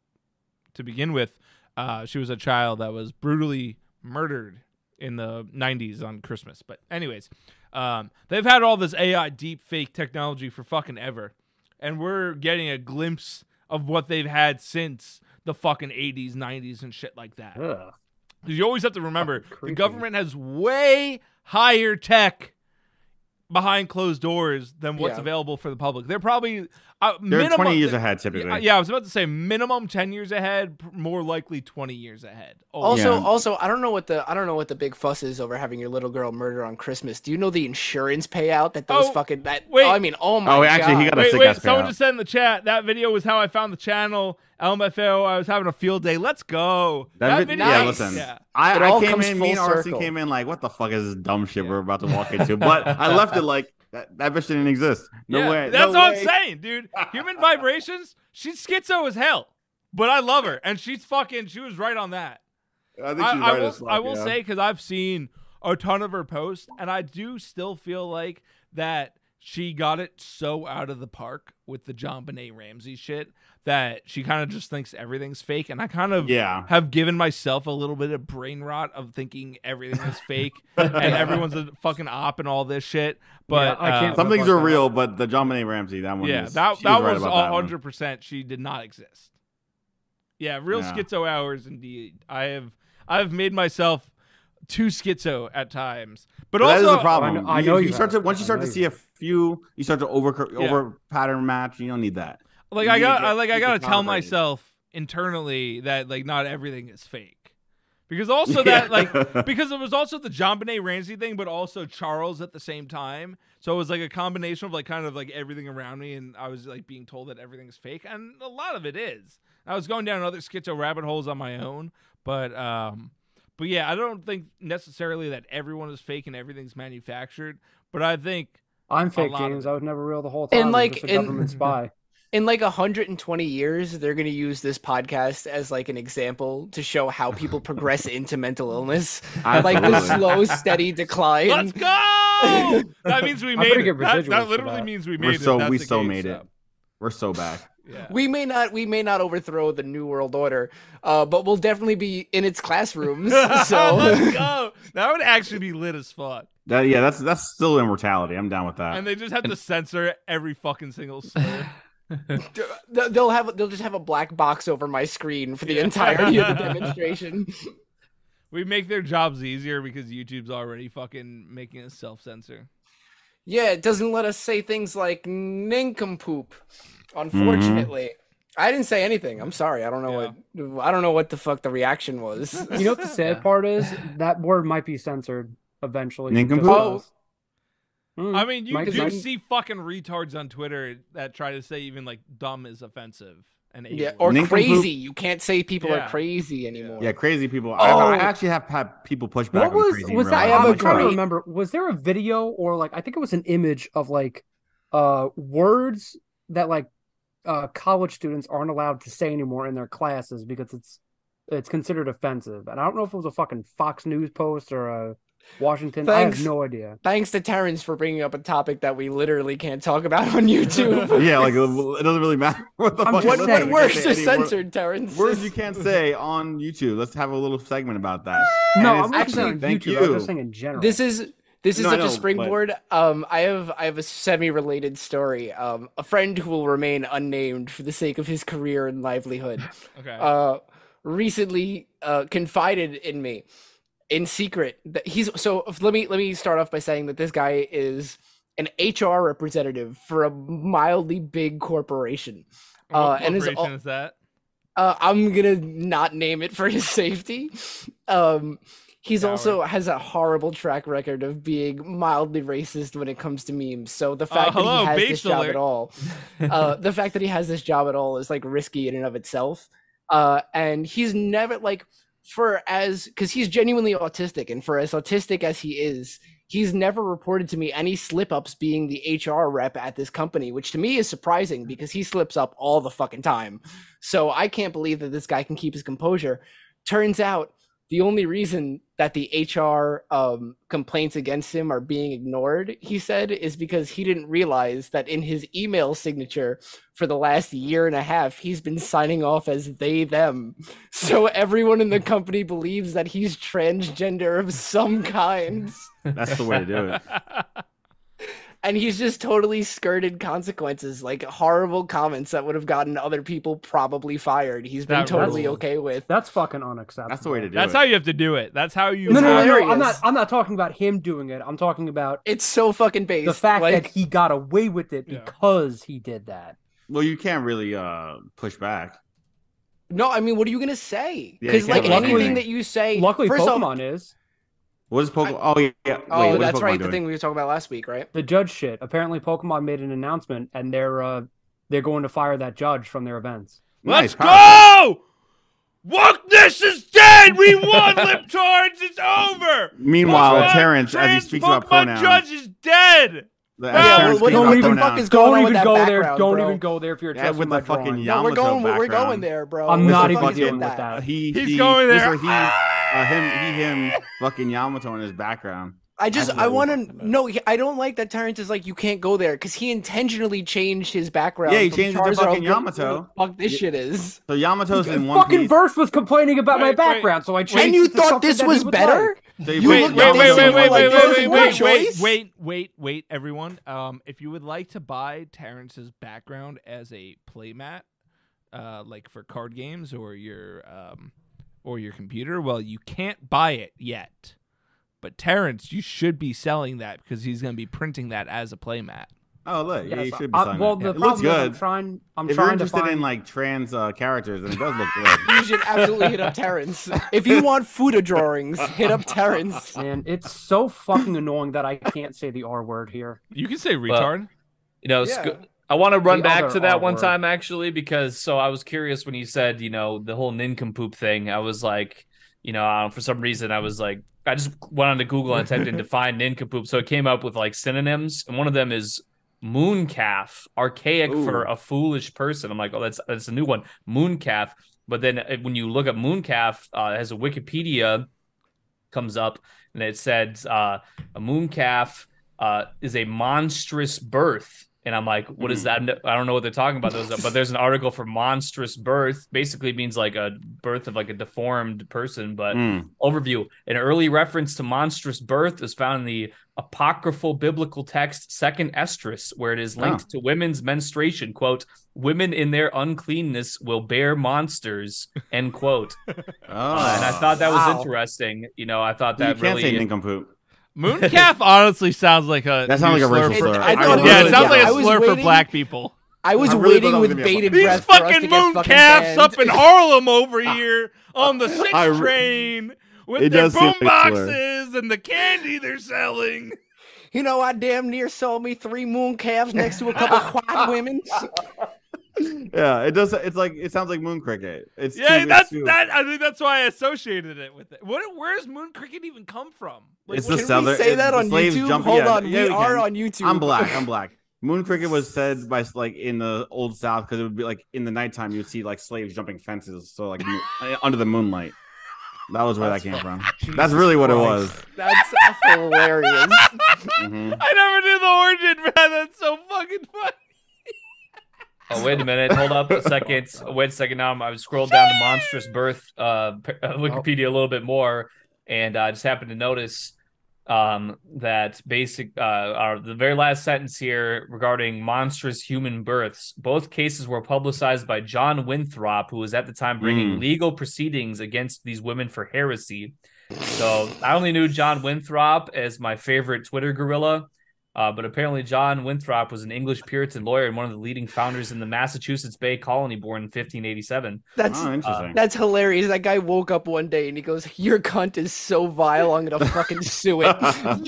to begin with, uh, she was a child that was brutally murdered in the 90s on Christmas. But anyways, um, they've had all this AI deep fake technology for fucking ever, and we're getting a glimpse of what they've had since the fucking 80s, 90s, and shit like that. Ugh. 'Cause you always have to remember Fucking the creepy. government has way higher tech behind closed doors than what's Yeah. available for the public. They're probably uh, They're minimum, 20 years ahead typically. Yeah, yeah, I was about to say minimum ten years ahead, p- more likely twenty years ahead. Oh, Yeah. Also, also, I don't know what the I don't know what the big fuss is over having your little girl murdered on Christmas. Do you know the insurance payout that those Oh, fucking that? wait. oh, I mean, oh my Oh, actually, he God. got a wait, sick wait! ass Someone payout. just said in the chat that video was how I found the channel. LMFAO, I was having a field day. Let's go. That That, vid- video, yeah, Nice. listen. Yeah. It I, I all came comes in, me and full RC circle. came in like, what the fuck is this dumb shit we're about to walk into? But I left it like that, that bitch didn't exist. No Yeah, way. That's no all way. I'm saying, dude. Human vibrations. She's schizo as hell, but I love her, and she's fucking. She was right on that. I, think she's I, I right will. as fuck, I will yeah. say because I've seen a ton of her posts, and I do still feel like that she got it so out of the park with the John Benet Ramsey shit that she kind of just thinks everything's fake, and I kind of Yeah. have given myself a little bit of brain rot of thinking everything is fake and everyone's a fucking op and all this shit. But Yeah, I can't- uh, Some things fuck are that. real, but the John Benet Ramsey, that one. yeah, is, that she that right was about that one. hundred percent. She did not exist. Yeah, real Yeah. schizo hours indeed. I have I've made myself too schizo at times, But but, that also is the problem. I know- I know you, you you start to have. once you I start know to you see a few, you start to over Yeah. over pattern match. You don't need that. like you I need to got get- I like I you gotta get tell calibrated. myself internally that like not everything is fake, because also that like because it was also the John Benet Ramsey thing, but also Charles at the same time. So it was like a combination of like kind of like everything around me, and I was like being told that everything's fake, and a lot of it is. I was going down other schizo rabbit holes on my own, but um, but yeah, I don't think necessarily that everyone is fake and everything's manufactured, but I think I'm fake, lot of James. it. I was never real the whole time. I'm like, just a and- government spy. in like 120 years, they're gonna use this podcast as like an example to show how people progress into mental illness, like the Absolutely. slow, steady decline. let's go. that means we I'm made gonna it. get That, residuals that for literally that. means we made we're it. so That's we the so case, made it. so, We're so back. Yeah. We may not we may not overthrow the new world order, uh, but we'll definitely be in its classrooms. Let's So go. That would actually be lit as fuck. That yeah, that's that's still immortality. I'm down with that. And they just have to censor every fucking single slur. th- they'll have they'll just have a black box over my screen for the Yeah. entirety of the demonstration. we make their jobs easier because YouTube's already fucking making us self censor. Yeah, it doesn't let us say things like nincompoop. Unfortunately, Mm-hmm. I didn't say anything. I'm sorry. I don't know what I don't know what the fuck the reaction was. You know what the sad part is? That word might be censored eventually. because Nincompoop? of us. Hmm. Mm. I mean, you Mike do is right. see fucking retards on Twitter that try to say even like dumb is offensive and yeah, ableist. or Nincompoop- crazy. You can't say people Yeah. are crazy anymore. yeah, crazy people. I, I Oh. actually have had people push back. What on was crazy was in that? real I life. have I'm a trying to great- remember. Was there a video or like I think it was an image of like uh words that like uh college students aren't allowed to say anymore in their classes because it's it's considered offensive. And I don't know if it was a fucking Fox News post or a Washington. I Thanks. have no idea. Thanks to Terrence for bringing up a topic that we literally can't talk about on YouTube. yeah, like it doesn't really matter what the I'm fuck. just what it saying. looks what like. You words can say are any word- censored, Terrence? Words you can't say on YouTube. Let's have a little segment about that. And No, it's- I'm not saying thank YouTube. you. I'm just saying in general. This is this is No, I such know, a but- springboard. Um, I have I have a semi-related story. Um, a friend who will remain unnamed for the sake of his career and livelihood. okay. uh, recently uh, confided in me in secret that he's so if- let me let me start off by saying that this guy is an HR representative for a mildly big corporation. What uh, and it's corporation all- is that? Uh, I'm gonna not name it for his safety. Um, he's also has a horrible track record of being mildly racist when it comes to memes. So the fact hello, that he has base this job alert. at all, uh, the fact that he has this job at all is like risky in and of itself. Uh, and he's never like for as because he's genuinely autistic, and for as autistic as he is, he's never reported to me any slip ups being the HR rep at this company, which to me is surprising because he slips up all the fucking time. So I can't believe that this guy can keep his composure. Turns out the only reason that the HR um, complaints against him are being ignored, he said, is because he didn't realize that in his email signature for the last year and a half, he's been signing off as they, them. So everyone in the company believes that he's transgender of some kind. That's the way to do it. And he's just totally skirted consequences, like horrible comments that would have gotten other people probably fired. He's been That totally rules. okay with. That's fucking unacceptable. That's the way to do That's it. how you have to do it. That's how you. No, no, no, no. I'm not. Hilarious. I'm not talking about him doing it. I'm talking about It's so fucking based. the fact like, that he got away with it Yeah. because he did that. Well, you can't really uh push back. No, I mean, what are you gonna say? Yeah, Because you like can't really- anything that you say, Luckily, first off- Pokemon is What is Pokemon? Oh yeah, yeah. Wait, oh, what is that's Pokemon right. The doing? thing we were talking about last week, right? the judge shit. Apparently, Pokemon made an announcement, and they're uh, they're going to fire that judge from their events. Nice, Let's powerful. go! Wokeness is dead. We won, libtards. It's over. Meanwhile, Pokemon Terrence, as he trans speaks about Pokemon pronouns, judge is dead. the- as Yeah, Terrence what, speaks don't about what the even- fuck pronouns, is going don't on even with that go there. background, Don't bro? even go there if you're Yeah, just with my the fucking drawing. yacht. No, we're Yamato going. We're going background. there, bro. I'm What the not fuck even is dealing with with that. uh, he, He's he- going this there. is what he, uh, him, he, him, fucking Yamato in his background. I just That's I what we're want talking to about. no. he- I don't like that Terrence is like you can't go there because he intentionally changed his background. Yeah, he from changed it to Charizard fucking to what the Yamato. Fuck this Yeah. shit is. So Yamato's in one fucking piece. verse was complaining about Wait, wait. my background, so I changed. And it you to thought something this that he was would better? like. So he You put Wait, looked wait, at Yamato this wait, and wait, you were wait, like, wait, this wait, is wait, your wait, choice? wait, wait, wait, everyone. Um, if you would like to buy Terrence's background as a playmat, uh, like for card games or your um, or your computer, well, you can't buy it yet. But Terrence, you should be selling that because he's going to be printing that as a playmat. Oh look, yeah, Yes, you should be I- signing well, it. the It looks problem is good. I'm trying. I'm if you're trying to interested find. in like trans uh, characters, then it does look good. You should absolutely hit up Terrence. If you want Fuda drawings, hit up Terrence. Man, it's so fucking annoying that I can't say the R word here. You can say retard. You know, Yeah. sc- I want to run The back other to that R one word. time actually because so I was curious when you said you know the whole nincompoop thing. I was like, you know, I don't- for some reason I was like, I just went onto Google and typed in "define nincompoop," so it came up with like synonyms, and one of them is mooncalf, archaic Ooh. for a foolish person. I'm like, oh, that's that's a new one, mooncalf. But then uh, when you look at mooncalf, uh, it has a Wikipedia comes up and it said uh, a mooncalf uh, is a monstrous birth. And I'm like, what is Mm. that? I'm- I don't know what they're talking about. There's a- but there's an article for monstrous birth. Basically means like a birth of like a deformed person. But Mm. overview: an early reference to monstrous birth is found in the apocryphal biblical text Second Esdras, where it is Ah. linked to women's menstruation. "Quote: Women in their uncleanness will bear monsters." End quote. Oh, and I thought that was Wow. interesting. You know, I thought you that can't really. say nincompoop. Mooncalf honestly sounds like a That sounds new like a racial It- for- slur. I I thought really- yeah, it sounds Yeah, like I a was slur for waiting- black people. I was I really thought waiting that was with gonna be a bated fucking- These breath for us to fucking get fucking mooncalfs banned. up in Harlem over here on the six I re- train with It their does seem boom like a slur. boxes and the candy they're selling. You know, I damn near sold me three moon calves next to a couple quad women. Yeah, it does. It's like it sounds like moon cricket. It's too- yeah, it's that's too- that. I think that's why I associated it with it. What? Where does moon cricket even come from? Like, It's what- the Can southern- we say it- that the on slaves YouTube? jumping- Hold yeah, on, yeah, we we are can. on YouTube. I'm black. I'm black. Moon cricket was said by like in the old South because it would be like in the nighttime you'd see like slaves jumping fences, so like mo- uh, under the moonlight. That was where that came from. That's really what it was. That's hilarious. Mhm. I never knew the origin, man. That's so fucking funny. Oh wait a minute! Hold up a second. Wait a second. Now I'm- I've scrolled down to monstrous birth uh, p- uh, Wikipedia a little bit more, and I just happened to notice um, that basic uh, our, the very last sentence here regarding monstrous human births. Both cases were publicized by John Winthrop, who was at the time bringing Mm. legal proceedings against these women for heresy. So I only knew John Winthrop as my favorite Twitter gorilla. Uh, but apparently, John Winthrop was an English Puritan lawyer and one of the leading founders in the Massachusetts Bay Colony, born in 1587. That's uh, Oh, interesting. that's hilarious. That guy woke up one day and he goes, "Your cunt is so vile. I'm gonna fucking sue it. I'm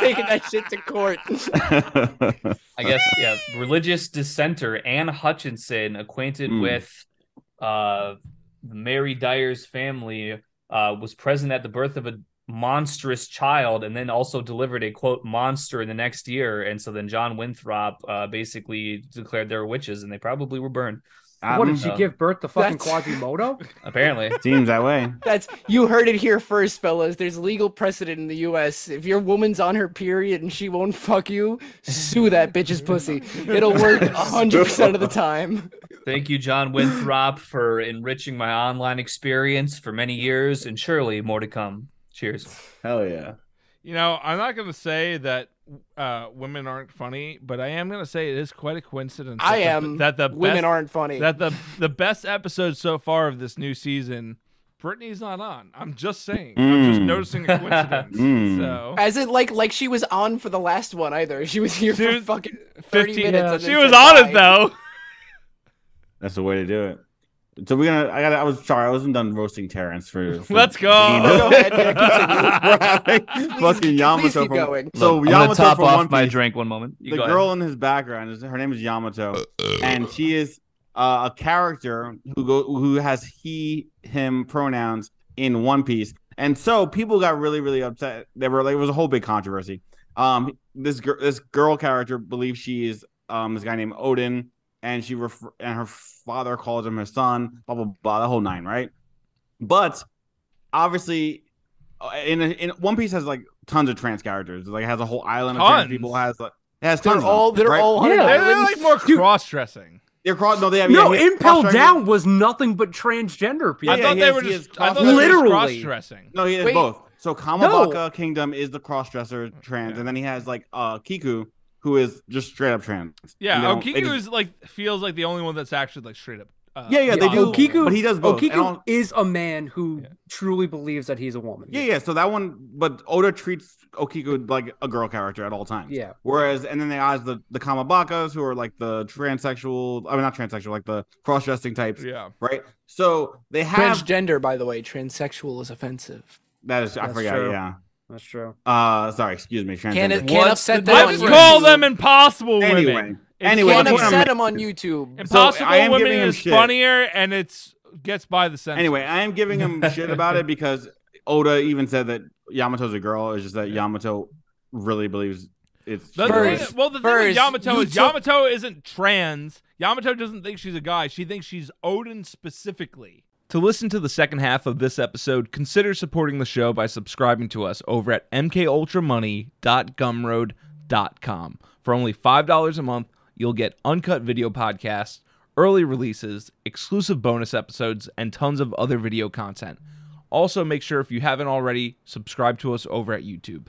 taking that shit to court." I guess, yeah, religious dissenter Anne Hutchinson, acquainted Hmm. with uh, Mary Dyer's family, uh, was present at the birth of a monstrous child and then also delivered a quote monster in the next year. And so then John Winthrop uh, basically declared they were witches and they probably were burned, what Adam, did she know. give birth to fucking That's- Quasimodo? apparently. seems that way. That's you heard it here first, fellas. There's legal precedent in the U.S. If your woman's on her period and she won't fuck you, sue that bitch's pussy. It'll work hundred percent of the time. Thank you, John Winthrop, for enriching my online experience for many years, and surely more to come. Cheers. Hell yeah. You know, I'm not gonna say that uh, women aren't funny, but I am gonna say it is quite a coincidence. I that the- am. that the Women best- aren't funny. that the the best episode so far of this new season. Brittany's not on. I'm just saying. I'm just Mm. noticing a coincidence. Mm. So As it like like she was on for the last one either. She was here She for was- fucking thirty 15 minutes. yeah. and she then was said on bye. it though. That's the way to do it. So we're gonna. I got. I was sorry. I wasn't done roasting Terrence for. for Let's go. Go ahead, yeah, Right? Fucking Please Yamato. keep From, going. so I'm Yamato gonna top from One off my Piece. drink one moment. You the go ahead. girl in his background is her name is Yamato, and she is uh, a character who go who has he him pronouns in One Piece, and so people got really really upset. They were like, it was a whole big controversy. Um, this girl this girl character believes she is um this guy named Odin, and she refer- and her father calls him her son. Blah blah blah. The whole nine, right? But obviously, uh, in in One Piece has like tons of trans characters. Like it has a whole island of trans Tons. people. Has like it has They're tons of all them, they're right? all on an Yeah. They're, they're, island. like more cross dressing. They're cross. No, they have no, yeah, he has Impel cross-dressing- Down was nothing but transgender people. I yeah, thought he they has- were he just has I thought cross-dressing. literally Literally. cross dressing. No, he has Wait. both. So Kamabaka Kingdom is the cross-dresser trans, Yeah. and then he has like uh Kiku, who is just straight up trans. Yeah, And they don't- they Okiku just- is like feels like the only one that's actually like straight up. Uh, Yeah, yeah, they on do. board. Okiku- but he does both. and Okiku all- is a man who Yeah. truly believes that he's a woman. yeah, yeah. So that one, but Oda treats Okiku like a girl character at all times. Yeah. Whereas, and then they has the the Kamabakas, who are like the transsexual. I mean, not transsexual, like the cross-dressing types, Yeah. right? So they have Transgender, by the way, transsexual is offensive. that is. I That's forgot. true. Yeah. That's true. Uh, sorry. Excuse me. Can't transgender. it can't What's upset the them. I on just YouTube. call them impossible Anyway. women. It's Anyway, called Can't the point I'm upset making- them on YouTube. Impossible I am women giving him is shit. funnier and it's gets by the sense. Anyway, I am giving him shit about it because Oda even said that Yamato's a girl. It's just that Yamato really believes it's The Furs. thing- well, the thing Furs. with Yamato You is took- Yamato isn't trans. Yamato doesn't think she's a guy. She thinks she's Odin specifically. To listen to the second half of this episode, consider supporting the show by subscribing to us over at mkultramoney.gumroad.com. For only $5 a month, you'll get uncut video podcasts, early releases, exclusive bonus episodes, and tons of other video content. Also, make sure if you haven't already, subscribe to us over at YouTube.